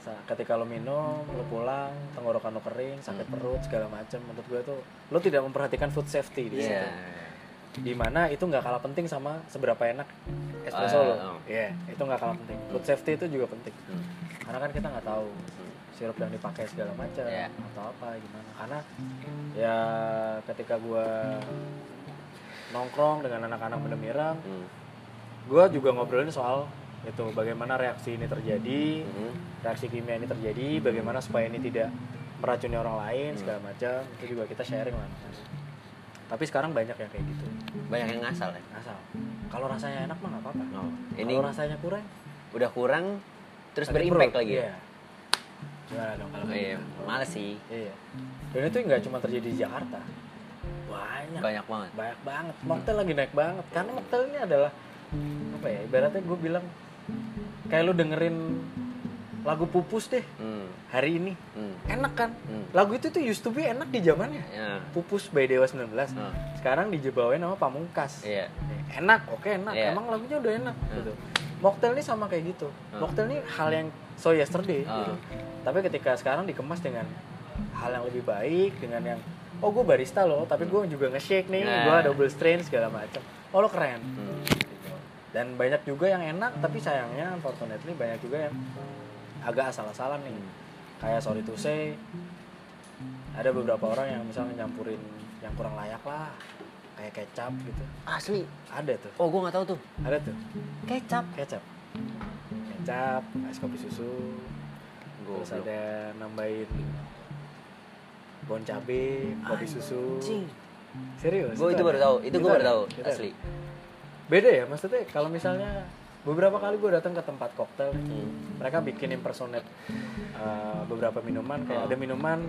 Speaker 2: Sa- ketika lo minum lo pulang tenggorokan lo kering sakit perut segala macam menurut gue tuh lo tidak memperhatikan food safety di
Speaker 1: Iya.
Speaker 2: situ dimana itu nggak kalah penting sama seberapa enak espresso
Speaker 1: Ah, oh.
Speaker 2: lo
Speaker 1: Mm.
Speaker 2: iya itu nggak kalah penting food safety itu juga penting
Speaker 1: Hmm.
Speaker 2: karena kan kita nggak tahu sirup yang dipakai segala macam
Speaker 1: Mm. Iya.
Speaker 2: atau apa gimana karena ya ketika gue nongkrong dengan anak-anak mendemirang
Speaker 1: Hmm.
Speaker 2: gue juga ngobrolin soal itu bagaimana reaksi ini terjadi
Speaker 1: Hmm.
Speaker 2: reaksi kimia ini terjadi bagaimana supaya ini tidak meracuni orang lain
Speaker 1: Hmm.
Speaker 2: segala macam itu juga kita sharing lah tapi sekarang banyak yang kayak gitu
Speaker 1: banyak yang ngasal ya
Speaker 2: asal kalau rasanya enak mah nggak apa-apa
Speaker 1: Oh, ini
Speaker 2: kalau rasanya kurang
Speaker 1: udah kurang terus
Speaker 2: sakit
Speaker 1: berimpact
Speaker 2: perut.
Speaker 1: lagi ya?
Speaker 2: Iya. gimana dong kalau
Speaker 1: Oh,
Speaker 2: kayak
Speaker 1: iya, males sih
Speaker 2: Iya. Dan itu nggak cuma terjadi di Jakarta. Banyak. Banyak,
Speaker 1: banyak banget
Speaker 2: banget. Mocktail lagi naik banget. Karena mocktail ini adalah apa ya? Ibaratnya gue bilang kayak lu dengerin lagu Pupus deh
Speaker 1: hmm.
Speaker 2: hari ini.
Speaker 1: Hmm.
Speaker 2: Enak kan?
Speaker 1: Hmm.
Speaker 2: Lagu itu tuh used to be enak di zamannya.
Speaker 1: Ya.
Speaker 2: Pupus by Dewa 19.
Speaker 1: Hmm.
Speaker 2: Sekarang dijebawain sama Pamungkas.
Speaker 1: Iya.
Speaker 2: Enak, oke enak.
Speaker 1: Iya.
Speaker 2: Emang lagunya udah enak gitu. Mocktail ini sama kayak gitu.
Speaker 1: Hmm.
Speaker 2: Mocktail ini hal yang so yesterday
Speaker 1: Ah.
Speaker 2: gitu. Tapi ketika sekarang dikemas dengan hal yang lebih baik, dengan yang oh gue barista loh, tapi gue juga nge-shake
Speaker 1: Hmm.
Speaker 2: nih,
Speaker 1: Nah.
Speaker 2: gue double strain segala macam. Oh lo keren.
Speaker 1: Hmm.
Speaker 2: Gitu. Dan banyak juga yang enak, tapi sayangnya unfortunately banyak juga yang agak asal-asalan nih. Kayak sorry to say, ada beberapa orang yang misalnya nyampurin yang kurang layak lah, kayak kecap gitu.
Speaker 1: asli
Speaker 2: Ada tuh,
Speaker 1: oh gue nggak tahu tuh
Speaker 2: ada tuh
Speaker 1: kecap
Speaker 2: kecap kecap es kopi susu terus
Speaker 1: Goblok.
Speaker 2: ada nambahin bon cabe kopi susu
Speaker 1: Anjing.
Speaker 2: serius
Speaker 1: gue itu baru
Speaker 2: ada.
Speaker 1: tahu itu gue baru
Speaker 2: ada,
Speaker 1: tahu
Speaker 2: itu ada.
Speaker 1: asli
Speaker 2: beda ya maksudnya kalau misalnya beberapa kali gue datang ke tempat koktel
Speaker 1: Hmm.
Speaker 2: mereka bikin impersonate uh, beberapa minuman kayak
Speaker 1: Ah.
Speaker 2: ada minuman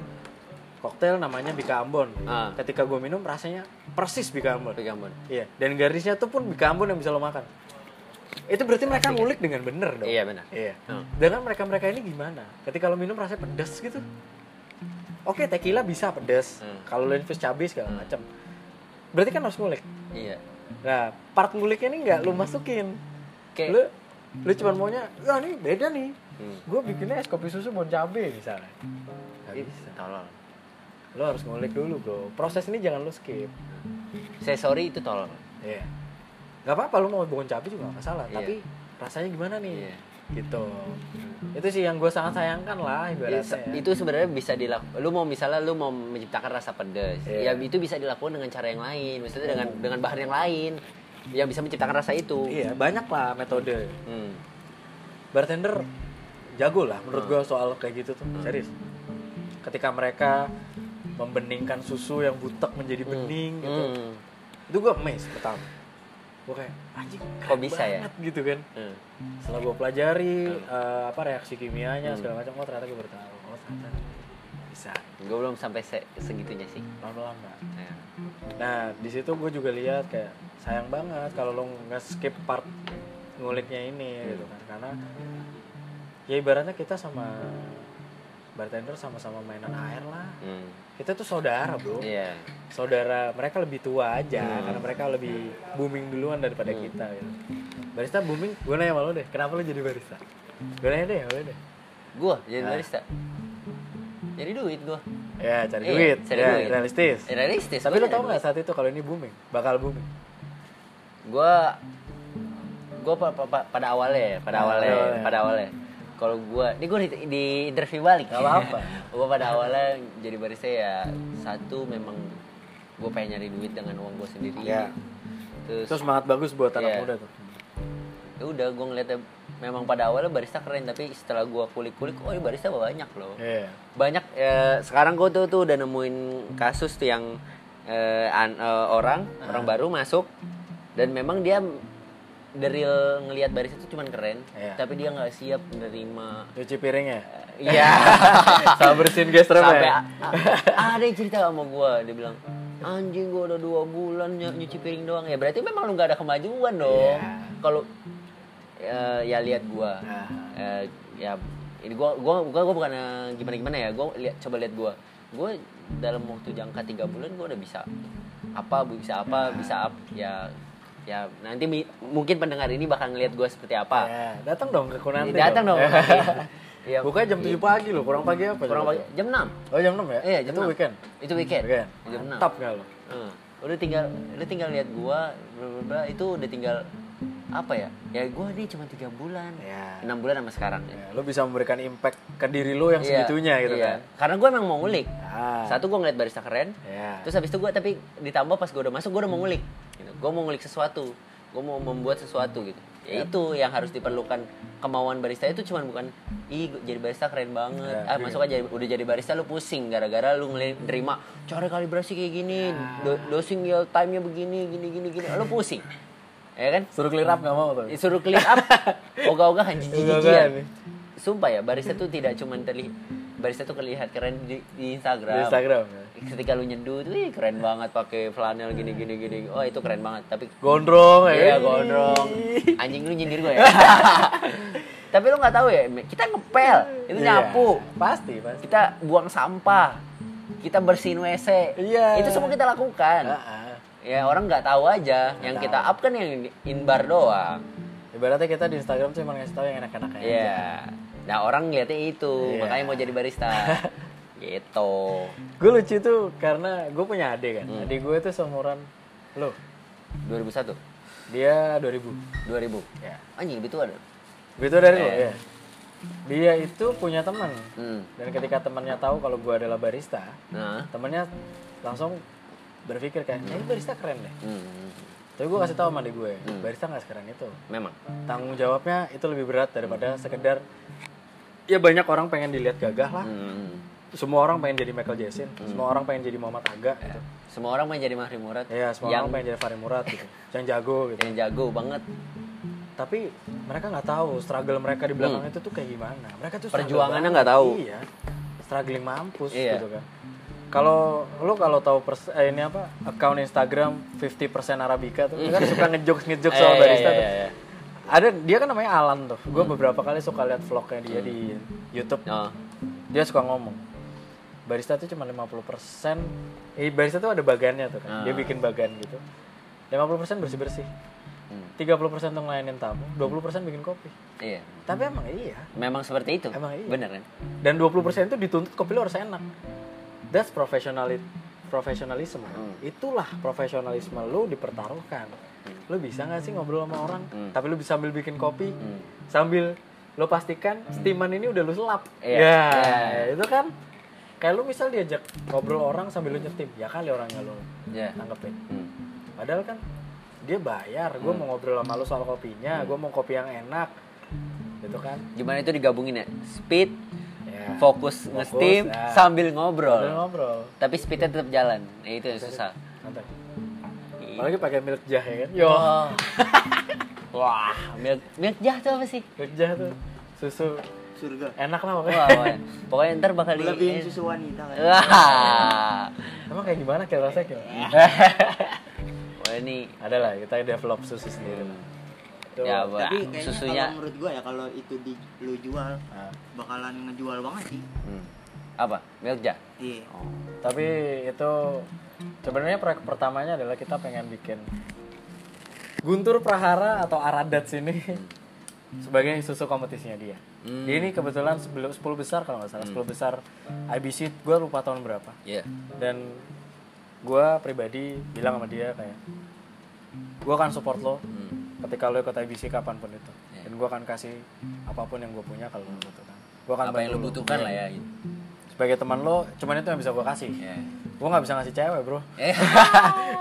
Speaker 2: koktel namanya Bika Ambon
Speaker 1: Ah.
Speaker 2: ketika gue minum rasanya persis Bika Ambon
Speaker 1: Tapi ampun.
Speaker 2: Iya, dan garisnya tuh pun Bika Ambon yang bisa lo makan. Itu berarti mereka ngulik dengan bener dong.
Speaker 1: Iya, benar.
Speaker 2: Iya.
Speaker 1: Hmm.
Speaker 2: Dengan mereka-mereka ini gimana? Ketika lo minum rasanya pedas gitu. Oke, tequila bisa pedas.
Speaker 1: Hmm.
Speaker 2: Kalau lo infus cabai segala macam. Berarti kan harus ngulik.
Speaker 1: iya
Speaker 2: Nah, part nguliknya ini nggak lo masukin.
Speaker 1: Kayak-
Speaker 2: Lo lu cuman maunya, ya nih beda nih.
Speaker 1: Hmm.
Speaker 2: Gue bikinnya es kopi susu bon cabe misalnya. Nggak
Speaker 1: Iya.
Speaker 2: bisa.
Speaker 1: tolol
Speaker 2: Lo harus ngulik dulu, Bro. Proses ini jangan lo skip.
Speaker 1: saya sorry itu tolol
Speaker 2: Iya. Gak apa-apa lu mau bukan cabai juga gak masalah,
Speaker 1: Iya.
Speaker 2: tapi rasanya gimana nih?
Speaker 1: Iya.
Speaker 2: Gitu. Itu sih yang gue sangat sayangkan lah
Speaker 1: Ya,
Speaker 2: ibaratnya.
Speaker 1: se-
Speaker 2: ya.
Speaker 1: itu sebenarnya bisa dilakukan lu mau misalnya lu mau menciptakan rasa pedas
Speaker 2: Iya. Hmm.
Speaker 1: ya itu bisa dilakukan dengan cara yang lain maksudnya dengan dengan bahan yang lain yang bisa menciptakan rasa itu
Speaker 2: Iya, banyak lah metode.
Speaker 1: Hmm.
Speaker 2: Bartender jago lah menurut gue soal kayak gitu tuh,
Speaker 1: Hmm.
Speaker 2: serius. Ketika mereka membeningkan susu yang butek menjadi bening gitu.
Speaker 1: Hmm.
Speaker 2: Itu gue amazed pertama. Gue kayak anjing keren
Speaker 1: Kok bisa ya?"
Speaker 2: banget gitu kan.
Speaker 1: Hmm.
Speaker 2: setelah gue pelajari eh, apa reaksi
Speaker 1: Hmm.
Speaker 2: kimianya segala macam oh ternyata gue baru tahu oh ternyata bisa
Speaker 1: gue belum sampai se- segitunya sih
Speaker 2: pelan-pelan Mbak.
Speaker 1: Nah.
Speaker 2: nah di situ gue juga lihat kayak sayang banget kalau lo nge skip part nguliknya ini
Speaker 1: Iya.
Speaker 2: gitu kan karena ya ibaratnya kita sama bartender sama-sama mainan air lah
Speaker 1: Hmm.
Speaker 2: kita tuh saudara bro
Speaker 1: Iya.
Speaker 2: saudara mereka lebih tua aja karena mereka lebih booming duluan daripada
Speaker 1: Iya.
Speaker 2: kita gitu. barista booming gue nanya sama lo deh kenapa lo jadi barista gue nanya deh gue deh
Speaker 1: Gua jadi
Speaker 2: Iya.
Speaker 1: barista. Jadi duit gua.
Speaker 2: ya cari
Speaker 1: Iya,
Speaker 2: duit
Speaker 1: cari
Speaker 2: ya,
Speaker 1: duit.
Speaker 2: realistis
Speaker 1: Eh, Realistis.
Speaker 2: tapi
Speaker 1: gua
Speaker 2: lo tau
Speaker 1: nyari
Speaker 2: nggak
Speaker 1: duit.
Speaker 2: saat itu kalau ini booming bakal booming
Speaker 1: Gua gua pa- pa- pa- pada awalnya, ya, pada
Speaker 2: Ah, Pada
Speaker 1: awalnya,
Speaker 2: awalnya.
Speaker 1: pada awalnya. Kalau gua, ini gua di, di interview balik.
Speaker 2: Gak apa-apa.
Speaker 1: gua pada awalnya jadi barista ya satu memang gua pengen nyari duit dengan uang gua sendiri.
Speaker 2: Iya.
Speaker 1: Terus,
Speaker 2: itu semangat bagus buat anak
Speaker 1: Iya.
Speaker 2: muda tuh
Speaker 1: ya udah gua ngeliatnya memang pada awalnya barista keren tapi setelah gua kulik-kulik, oh ini barista banyak loh.
Speaker 2: Iya.
Speaker 1: banyak eh, sekarang gue tuh tuh udah nemuin kasus tuh yang eh, an- eh, orang orang baru masuk dan memang dia the real ngelihat baris itu cuman keren
Speaker 2: Iya.
Speaker 1: tapi dia nggak siap menerima
Speaker 2: cuci piringnya
Speaker 1: iya
Speaker 2: sama bersihin gas trap
Speaker 1: sampai
Speaker 2: ya
Speaker 1: a- a- ada yang cerita sama gue dia bilang anjing gue udah dua bulan ny- nyuci piring doang ya berarti memang lu nggak ada kemajuan dong
Speaker 2: Iya.
Speaker 1: kalau eh, ya lihat gue
Speaker 2: Ah.
Speaker 1: Eh, ya ini gue gua gua gua bukan gimana gimana ya gue lihat coba lihat gue gue dalam waktu jangka tiga bulan gue udah bisa apa bisa apa bisa apa ya ya nanti mi- mungkin pendengar ini bakal ngelihat gue seperti apa
Speaker 2: Ya, datang dong ke
Speaker 1: Ah.
Speaker 2: Kunanti.
Speaker 1: Iya, datang dong Iya.
Speaker 2: Ya. Bukanya Iya. jam 7 pagi loh, kurang pagi apa?
Speaker 1: kurang
Speaker 2: coba?
Speaker 1: pagi jam 6
Speaker 2: Oh, jam 6 ya?
Speaker 1: iya jam
Speaker 2: Itu
Speaker 1: 6.
Speaker 2: weekend.
Speaker 1: itu weekend,
Speaker 2: Weekend.
Speaker 1: jam 6
Speaker 2: Mantap enggak lo?
Speaker 1: Eh, udah tinggal udah tinggal lihat gua bla bla bla itu udah tinggal apa ya ya gua nih cuma tiga bulan
Speaker 2: Ya.
Speaker 1: enam bulan sama sekarang ya.
Speaker 2: Ya, lo bisa memberikan impact ke diri lo yang segitunya gitu
Speaker 1: iya.
Speaker 2: kan.
Speaker 1: karena gua emang mau ngulik
Speaker 2: Ah.
Speaker 1: satu gua ngeliat barista keren
Speaker 2: Ya.
Speaker 1: terus habis itu gua tapi ditambah pas gua udah masuk gua udah mau ngulik gitu. gua mau ngulik sesuatu gua mau membuat sesuatu gitu ya
Speaker 2: Iya.
Speaker 1: itu yang harus diperlukan kemauan barista itu cuman bukan ih gua jadi barista keren banget
Speaker 2: Ya,
Speaker 1: ah masuk aja udah jadi barista lu pusing gara-gara lu ngeli- nerima cara kalibrasi kayak gini
Speaker 2: Iya.
Speaker 1: do- dosing yield time-nya begini gini gini gini lu pusing ya kan
Speaker 2: Suruh clear up enggak mau tuh.
Speaker 1: disuruh clean up ogah-ogahan
Speaker 2: Ogah-ogahan.
Speaker 1: jijik-jijian sumpah ya barista tuh tidak cuman terlihat barista tuh terlihat keren di, di Instagram
Speaker 2: Di Instagram. ya.
Speaker 1: ketika lu nyeduh tuh "Ih, keren banget pakai flanel gini gini gini oh itu keren banget tapi
Speaker 2: Gondrong
Speaker 1: Iya,
Speaker 2: kan?
Speaker 1: gondrong. anjing lu nyindir gue ya tapi lu nggak tahu ya kita ngepel itu
Speaker 2: Iya.
Speaker 1: nyapu
Speaker 2: Pasti, pasti.
Speaker 1: kita buang sampah kita bersihin WC
Speaker 2: Iya.
Speaker 1: itu semua kita lakukan
Speaker 2: Ah, ah.
Speaker 1: ya orang nggak tahu aja yang kita up kan yang inbar doang
Speaker 2: Ibaratnya kita di Instagram tuh cuma ngasih tahu yang enak-enak ya. aja.
Speaker 1: Iya. Nah orang ngeliatnya itu,
Speaker 2: Iya.
Speaker 1: makanya mau jadi barista. gitu.
Speaker 2: Gue lucu tuh karena gue punya adik kan.
Speaker 1: Hmm.
Speaker 2: Adik gue tuh seumuran lo.
Speaker 1: 2001,
Speaker 2: Dia 2000.
Speaker 1: 2000.
Speaker 2: Ya.
Speaker 1: Anjing lebih tua dong.
Speaker 2: Gitu dari lo
Speaker 1: Eh.
Speaker 2: ya. Dia itu punya teman.
Speaker 1: Hmm.
Speaker 2: Dan ketika temannya tahu kalau gue adalah barista,
Speaker 1: Nah.
Speaker 2: temannya langsung berpikir kayak, "Eh, barista keren deh."
Speaker 1: Hmm.
Speaker 2: Tapi gue kasih tahu sama adik gue, barista nggak sekeren itu.
Speaker 1: Memang.
Speaker 2: Tanggung jawabnya itu lebih berat daripada sekedar ya banyak orang pengen dilihat gagah lah.
Speaker 1: Hmm.
Speaker 2: Semua orang pengen jadi Michael Jackson, semua orang pengen jadi Muhammad Aga gitu.
Speaker 1: Semua orang mau jadi Mahri Murad.
Speaker 2: Iya, semua
Speaker 1: Eh. yang,
Speaker 2: orang pengen jadi Fahri Murad gitu. Yang jago gitu.
Speaker 1: yang jago banget.
Speaker 2: Tapi mereka nggak tahu struggle mereka di belakang itu tuh kayak gimana. Mereka tuh struggle
Speaker 1: Hmm. Perjuangannya
Speaker 2: banget.
Speaker 1: nggak tahu.
Speaker 2: Iya. Struggling mampus
Speaker 1: Iya.
Speaker 2: gitu kan. Kalau lu kalau tahu pers- eh, ini apa account Instagram 50% Arabica tuh kan suka ngejokes ngejokes soal
Speaker 1: Hmm. Eh,
Speaker 2: barista
Speaker 1: iya,
Speaker 2: tuh.
Speaker 1: iya, iya.
Speaker 2: Ada dia kan namanya Alan tuh. Gue beberapa kali suka lihat vlognya dia di YouTube.
Speaker 1: Hmm. Oh.
Speaker 2: Dia suka ngomong. Barista tuh cuma 50%. Eh, barista tuh ada bagannya tuh kan. Dia bikin bagan gitu. 50% bersih-bersih. 30% tuh ngelayanin tamu, 20% bikin kopi.
Speaker 1: Iya.
Speaker 2: Tapi emang iya.
Speaker 1: Memang seperti itu.
Speaker 2: Emang iya.
Speaker 1: Bener kan?
Speaker 2: Dan 20% itu dituntut kopi lo harus enak. That's professionali profesionalisme.
Speaker 1: Hmm.
Speaker 2: Itulah profesionalisme lo dipertaruhkan. Lo bisa nggak sih ngobrol sama orang,
Speaker 1: Hmm.
Speaker 2: tapi lo bisa sambil bikin kopi, sambil lo pastikan steaman ini udah lo selap.
Speaker 1: Hmm. Iya.
Speaker 2: Ya,
Speaker 1: Iya.
Speaker 2: itu kan kayak lo misal diajak ngobrol orang sambil lo nyetim, ya kali orangnya lo
Speaker 1: Iya.
Speaker 2: tanggepin.
Speaker 1: Hmm.
Speaker 2: Padahal kan dia bayar, gue mau ngobrol sama lo soal kopinya, gue mau kopi yang enak, gitu kan?
Speaker 1: Gimana itu digabungin ya? Speed,
Speaker 2: Ya.
Speaker 1: fokus,
Speaker 2: Fokus,
Speaker 1: nge-steam,
Speaker 2: ya.
Speaker 1: sambil ngobrol.
Speaker 2: Sambil ngobrol.
Speaker 1: Tapi speednya tetap jalan. Ya, itu yang susah.
Speaker 2: Santai.
Speaker 1: Iya.
Speaker 2: Apalagi pakai milk jahe kan? Yo,
Speaker 1: Wah, milk, milk jah tuh apa sih?
Speaker 2: milk jahe tuh susu
Speaker 3: surga
Speaker 2: enak lah pokoknya.
Speaker 1: Wah, wah. pokoknya ntar bakal di...
Speaker 3: lebih susu wanita kan
Speaker 1: Wah,
Speaker 2: Emang kayak gimana kayak rasanya kayak?
Speaker 1: Iya. wah ini
Speaker 2: Ada lah, kita develop susu sendiri. lah. Tuh.
Speaker 1: ya wah,
Speaker 3: tapi kayaknya
Speaker 1: susunya
Speaker 3: kalau menurut gua ya kalau itu di lu jual
Speaker 2: Nah,
Speaker 3: bakalan ngejual banget sih
Speaker 1: Hmm. apa? Milk jah.
Speaker 3: iya
Speaker 1: Oh.
Speaker 2: tapi itu sebenarnya proyek pertamanya adalah kita pengen bikin Guntur Prahara atau Aradat sini
Speaker 1: Hmm.
Speaker 2: sebagai susu kompetisinya dia. Dia ini kebetulan sebelum 10 besar kalau nggak
Speaker 1: Hmm.
Speaker 2: salah 10 besar IBC gue lupa tahun berapa.
Speaker 1: Iya.
Speaker 2: dan gue pribadi bilang sama dia kayak gue akan support lo
Speaker 1: Hmm.
Speaker 2: ketika lo ikut IBC kapanpun itu
Speaker 1: Iya.
Speaker 2: dan gue akan kasih apapun yang gue punya kalau lo butuhkan gue akan
Speaker 1: Apa yang lo
Speaker 2: bantu lo. Iya.
Speaker 1: butuhkan lah ya. Gitu.
Speaker 2: sebagai teman lo cuman itu yang bisa gue kasih
Speaker 1: Iya.
Speaker 2: gue nggak bisa ngasih cewek bro
Speaker 1: Eh.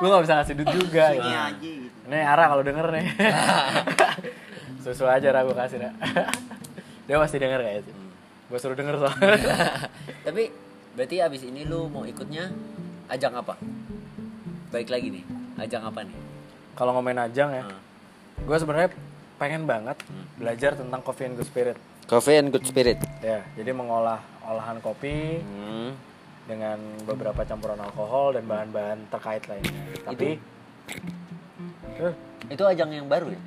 Speaker 2: gue nggak bisa ngasih duit juga gitu.
Speaker 3: ini aja gitu
Speaker 2: Nih Ara kalau denger nih. Susu aja Ra gue kasih Ra. Dia pasti denger kayak itu.
Speaker 1: Hmm.
Speaker 2: Gue suruh denger
Speaker 1: Iya.
Speaker 2: soalnya.
Speaker 1: Tapi berarti abis ini lu mau ikutnya ajang apa? Baik lagi nih, ajang apa nih?
Speaker 2: Kalau ngomongin ajang ya.
Speaker 1: Hmm.
Speaker 2: Gue sebenarnya pengen banget belajar tentang coffee and good spirit.
Speaker 1: Coffee and good spirit.
Speaker 2: Ya, jadi mengolah olahan kopi
Speaker 1: Hmm.
Speaker 2: dengan beberapa campuran alkohol dan bahan-bahan terkait lainnya. Tapi Eh,
Speaker 1: Itu ajang yang baru ya?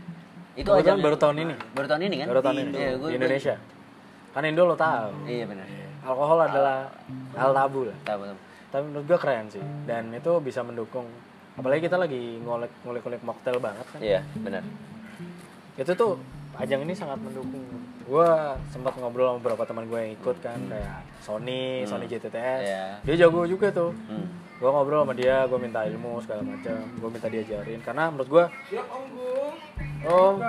Speaker 1: Itu
Speaker 2: Kebetulan
Speaker 1: ajang yang-
Speaker 2: baru tahun ini.
Speaker 1: Baru tahun ini kan?
Speaker 2: baru tahun ini
Speaker 1: Iya, gua-
Speaker 2: di Indonesia. Kan Indo lo tahu.
Speaker 1: Iya benar.
Speaker 2: Alkohol
Speaker 1: Ah.
Speaker 2: adalah hal tabu lah.
Speaker 1: Tahu, tahu.
Speaker 2: tapi menurut gue keren sih dan itu bisa mendukung apalagi kita lagi ngolek ngolek ngolek mocktail banget kan
Speaker 1: Iya, benar.
Speaker 2: itu tuh ajang ini sangat mendukung gue sempat ngobrol sama beberapa teman gue yang ikut kan kayak
Speaker 1: Hmm.
Speaker 2: Sony Sony JTTS
Speaker 1: Iya.
Speaker 2: dia jago juga tuh
Speaker 1: Hmm.
Speaker 2: gue ngobrol sama dia gue minta ilmu segala macam gue minta diajarin karena menurut gue oh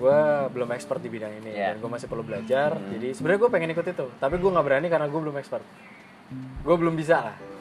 Speaker 2: gue belum expert di bidang
Speaker 1: Iya.
Speaker 2: ini
Speaker 1: Hmm.
Speaker 2: dan gue masih perlu belajar jadi sebenarnya gue pengen ikut itu tapi gue nggak berani karena gue belum expert gue belum bisa lah